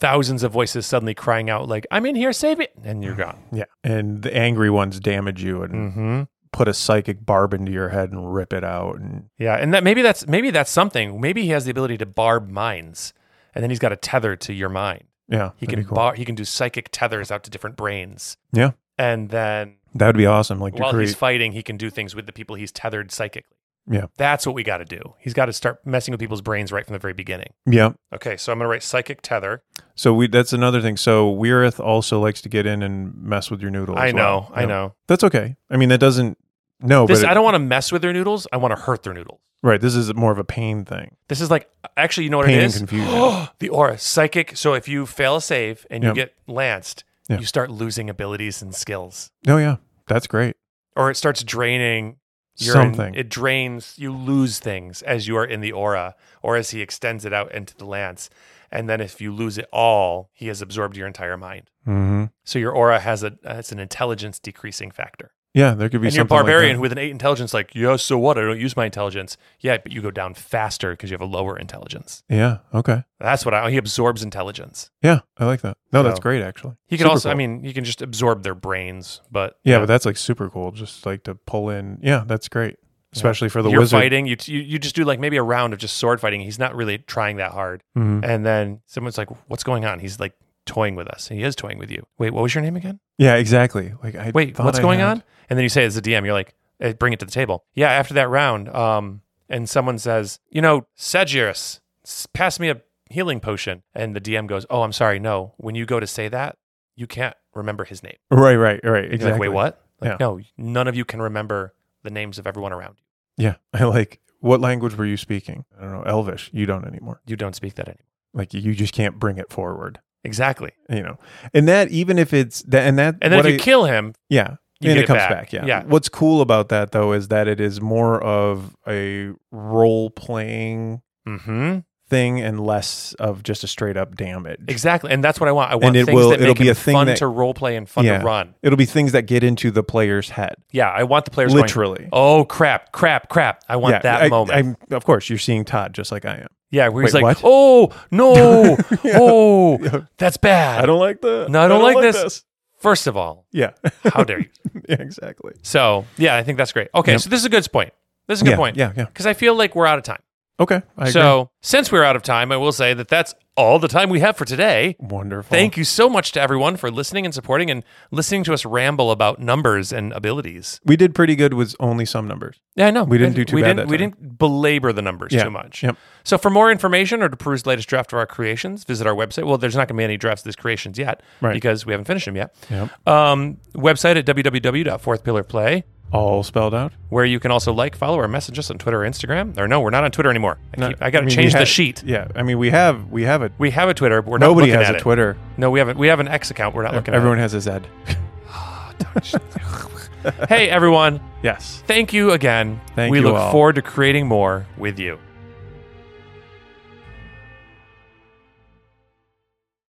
Speaker 2: Thousands of voices suddenly crying out, like, "I'm in here, save it!" And you're gone.
Speaker 1: Yeah. And the angry ones damage you and
Speaker 2: Mm-hmm.
Speaker 1: put a psychic barb into your head and rip it out. And
Speaker 2: Yeah, and that maybe that's maybe that's something. Maybe he has the ability to barb minds, and then he's got a tether to your mind.
Speaker 1: yeah,
Speaker 2: He
Speaker 1: that'd
Speaker 2: can
Speaker 1: be cool.
Speaker 2: bar, he can do psychic tethers out to different brains.
Speaker 1: Yeah.
Speaker 2: and then
Speaker 1: that would be awesome. Like to
Speaker 2: while
Speaker 1: create,
Speaker 2: he's fighting, he can do things with the people he's tethered psychically.
Speaker 1: Yeah.
Speaker 2: that's what we got to do. He's got to start messing with people's brains right from the very beginning.
Speaker 1: yeah.
Speaker 2: Okay, so I'm gonna write psychic tether.
Speaker 1: So we that's another thing. So Weirith also likes to get in and mess with your noodle.
Speaker 2: I
Speaker 1: as
Speaker 2: know,
Speaker 1: well.
Speaker 2: I
Speaker 1: Yeah.
Speaker 2: know.
Speaker 1: That's okay. I mean, that doesn't. No,
Speaker 2: This
Speaker 1: but it-
Speaker 2: I don't want to mess with their noodles. I want to hurt their noodles.
Speaker 1: right. This is more of a pain thing.
Speaker 2: This is like actually, you know what
Speaker 1: Pain
Speaker 2: it
Speaker 1: and
Speaker 2: is?
Speaker 1: confusion.
Speaker 2: the aura, psychic. So if you fail a save and you
Speaker 1: Yeah.
Speaker 2: get lanced,
Speaker 1: Yeah.
Speaker 2: you start losing abilities and skills,
Speaker 1: Oh yeah, that's great.
Speaker 2: or it starts draining. your-
Speaker 1: Something.
Speaker 2: it drains. You lose things as you are in the aura, or as he extends it out into the lance. And then if you lose it all, he has absorbed your entire mind.
Speaker 1: mm-hmm.
Speaker 2: So your aura has a uh, it's an intelligence decreasing factor.
Speaker 1: Yeah, there could be
Speaker 2: And you're a
Speaker 1: something. like
Speaker 2: barbarian
Speaker 1: that.
Speaker 2: with an eight intelligence, like yeah, so what? I don't use my intelligence. Yeah, but you go down faster because you have a lower intelligence.
Speaker 1: yeah. Okay.
Speaker 2: That's what I. He absorbs intelligence.
Speaker 1: Yeah, I like that. No, that's
Speaker 2: So-
Speaker 1: great actually.
Speaker 2: He could
Speaker 1: Super
Speaker 2: also, I
Speaker 1: cool.
Speaker 2: mean, you can just absorb their brains, but
Speaker 1: Yeah, but that's like super cool. Just like to pull in. Yeah, that's great. Especially for the
Speaker 2: you're
Speaker 1: wizard.
Speaker 2: fighting. You, you you just do like maybe a round of just sword fighting. He's not really trying that hard,
Speaker 1: Mhm.
Speaker 2: and then someone's like, "What's going on?" He's like toying with us. He is toying with you. Wait, what was your name again?
Speaker 1: Yeah, exactly. Like, I
Speaker 2: Wait,
Speaker 1: thought
Speaker 2: what's
Speaker 1: I
Speaker 2: going
Speaker 1: had-
Speaker 2: on? And then you say as a DM, you're like, eh, "Bring it to the table." Yeah, after that round, um, and someone says, "You know, Sagirus, s- pass me a healing potion," and the DM goes, "Oh, I'm sorry, no. When you go to say that, you can't remember his name."
Speaker 1: Right, right, right.
Speaker 2: You're
Speaker 1: Exactly.
Speaker 2: Like, wait, what? Like,
Speaker 1: Yeah.
Speaker 2: no, none of you can remember the names of everyone around you.
Speaker 1: Yeah, I like. What language were you speaking? I don't know. Elvish. You don't anymore.
Speaker 2: You don't speak that anymore.
Speaker 1: Like you just can't bring it forward.
Speaker 2: Exactly.
Speaker 1: You know, and that even if it's that and that
Speaker 2: And then
Speaker 1: what
Speaker 2: if you
Speaker 1: I-
Speaker 2: kill him,
Speaker 1: yeah,
Speaker 2: you
Speaker 1: and
Speaker 2: get
Speaker 1: it comes
Speaker 2: back.
Speaker 1: back. Yeah.
Speaker 2: Yeah.
Speaker 1: What's cool about that though is that it is more of a role playing
Speaker 2: hmm
Speaker 1: thing and less of just a straight up damage.
Speaker 2: exactly. And that's what I want. I want
Speaker 1: it
Speaker 2: things
Speaker 1: will-
Speaker 2: that
Speaker 1: it'll
Speaker 2: make
Speaker 1: be
Speaker 2: it
Speaker 1: a thing
Speaker 2: fun
Speaker 1: that-
Speaker 2: to role play and fun
Speaker 1: Yeah.
Speaker 2: to run.
Speaker 1: It'll be things that get into the player's head,
Speaker 2: Yeah, I want the players going,
Speaker 1: literally.
Speaker 2: Oh crap, crap, crap! I want
Speaker 1: yeah,
Speaker 2: that
Speaker 1: I-
Speaker 2: moment.
Speaker 1: I'm, of course, you're seeing Todd just like I am.
Speaker 2: yeah, where he's
Speaker 1: Wait,
Speaker 2: like,
Speaker 1: what?
Speaker 2: "Oh no,
Speaker 1: Yeah.
Speaker 2: oh, that's bad."
Speaker 1: I don't like that.
Speaker 2: No, I don't like this. First of all,
Speaker 1: Yeah.
Speaker 2: how dare you?
Speaker 1: yeah, exactly.
Speaker 2: So yeah, I think that's great. Okay,
Speaker 1: Yep.
Speaker 2: so this is a good point. This is a good
Speaker 1: yeah,
Speaker 2: point
Speaker 1: Yeah, yeah.
Speaker 2: because I feel like we're out of time.
Speaker 1: Okay. I
Speaker 2: so since we're out of time, I will say that that's all the time we have for today.
Speaker 1: agree. wonderful.
Speaker 2: Thank you so much to everyone for listening and supporting and listening to us ramble about numbers and abilities.
Speaker 1: We did pretty good with only some numbers.
Speaker 2: Yeah, I know.
Speaker 1: We didn't do too
Speaker 2: we
Speaker 1: bad that
Speaker 2: Didn't, we
Speaker 1: time.
Speaker 2: didn't belabor the numbers
Speaker 1: Yeah.
Speaker 2: too much.
Speaker 1: Yep.
Speaker 2: So for more information or to peruse the latest draft of our creations, visit our website. Well, there's not going to be any drafts of these creations yet
Speaker 1: Right.
Speaker 2: because we haven't finished them yet.
Speaker 1: Yep.
Speaker 2: Um, website at www.fourthpillarplay,
Speaker 1: All spelled out.
Speaker 2: where you can also like, follow, or message us on Twitter or Instagram. Or no, we're not on Twitter anymore. I,
Speaker 1: No,
Speaker 2: keep, I got to
Speaker 1: mean, we
Speaker 2: change the
Speaker 1: had-
Speaker 2: sheet.
Speaker 1: Yeah. I mean, we have we have it.
Speaker 2: We have a Twitter, but we're
Speaker 1: Nobody
Speaker 2: not looking
Speaker 1: has
Speaker 2: at
Speaker 1: a
Speaker 2: it.
Speaker 1: Twitter.
Speaker 2: No, we haven't. We have an X account. We're not looking
Speaker 1: Everyone has a Z.
Speaker 2: at it. Hey, everyone.
Speaker 1: Yes.
Speaker 2: Thank you again.
Speaker 1: Thank
Speaker 2: we
Speaker 1: you
Speaker 2: look
Speaker 1: all.
Speaker 2: forward to creating more with you.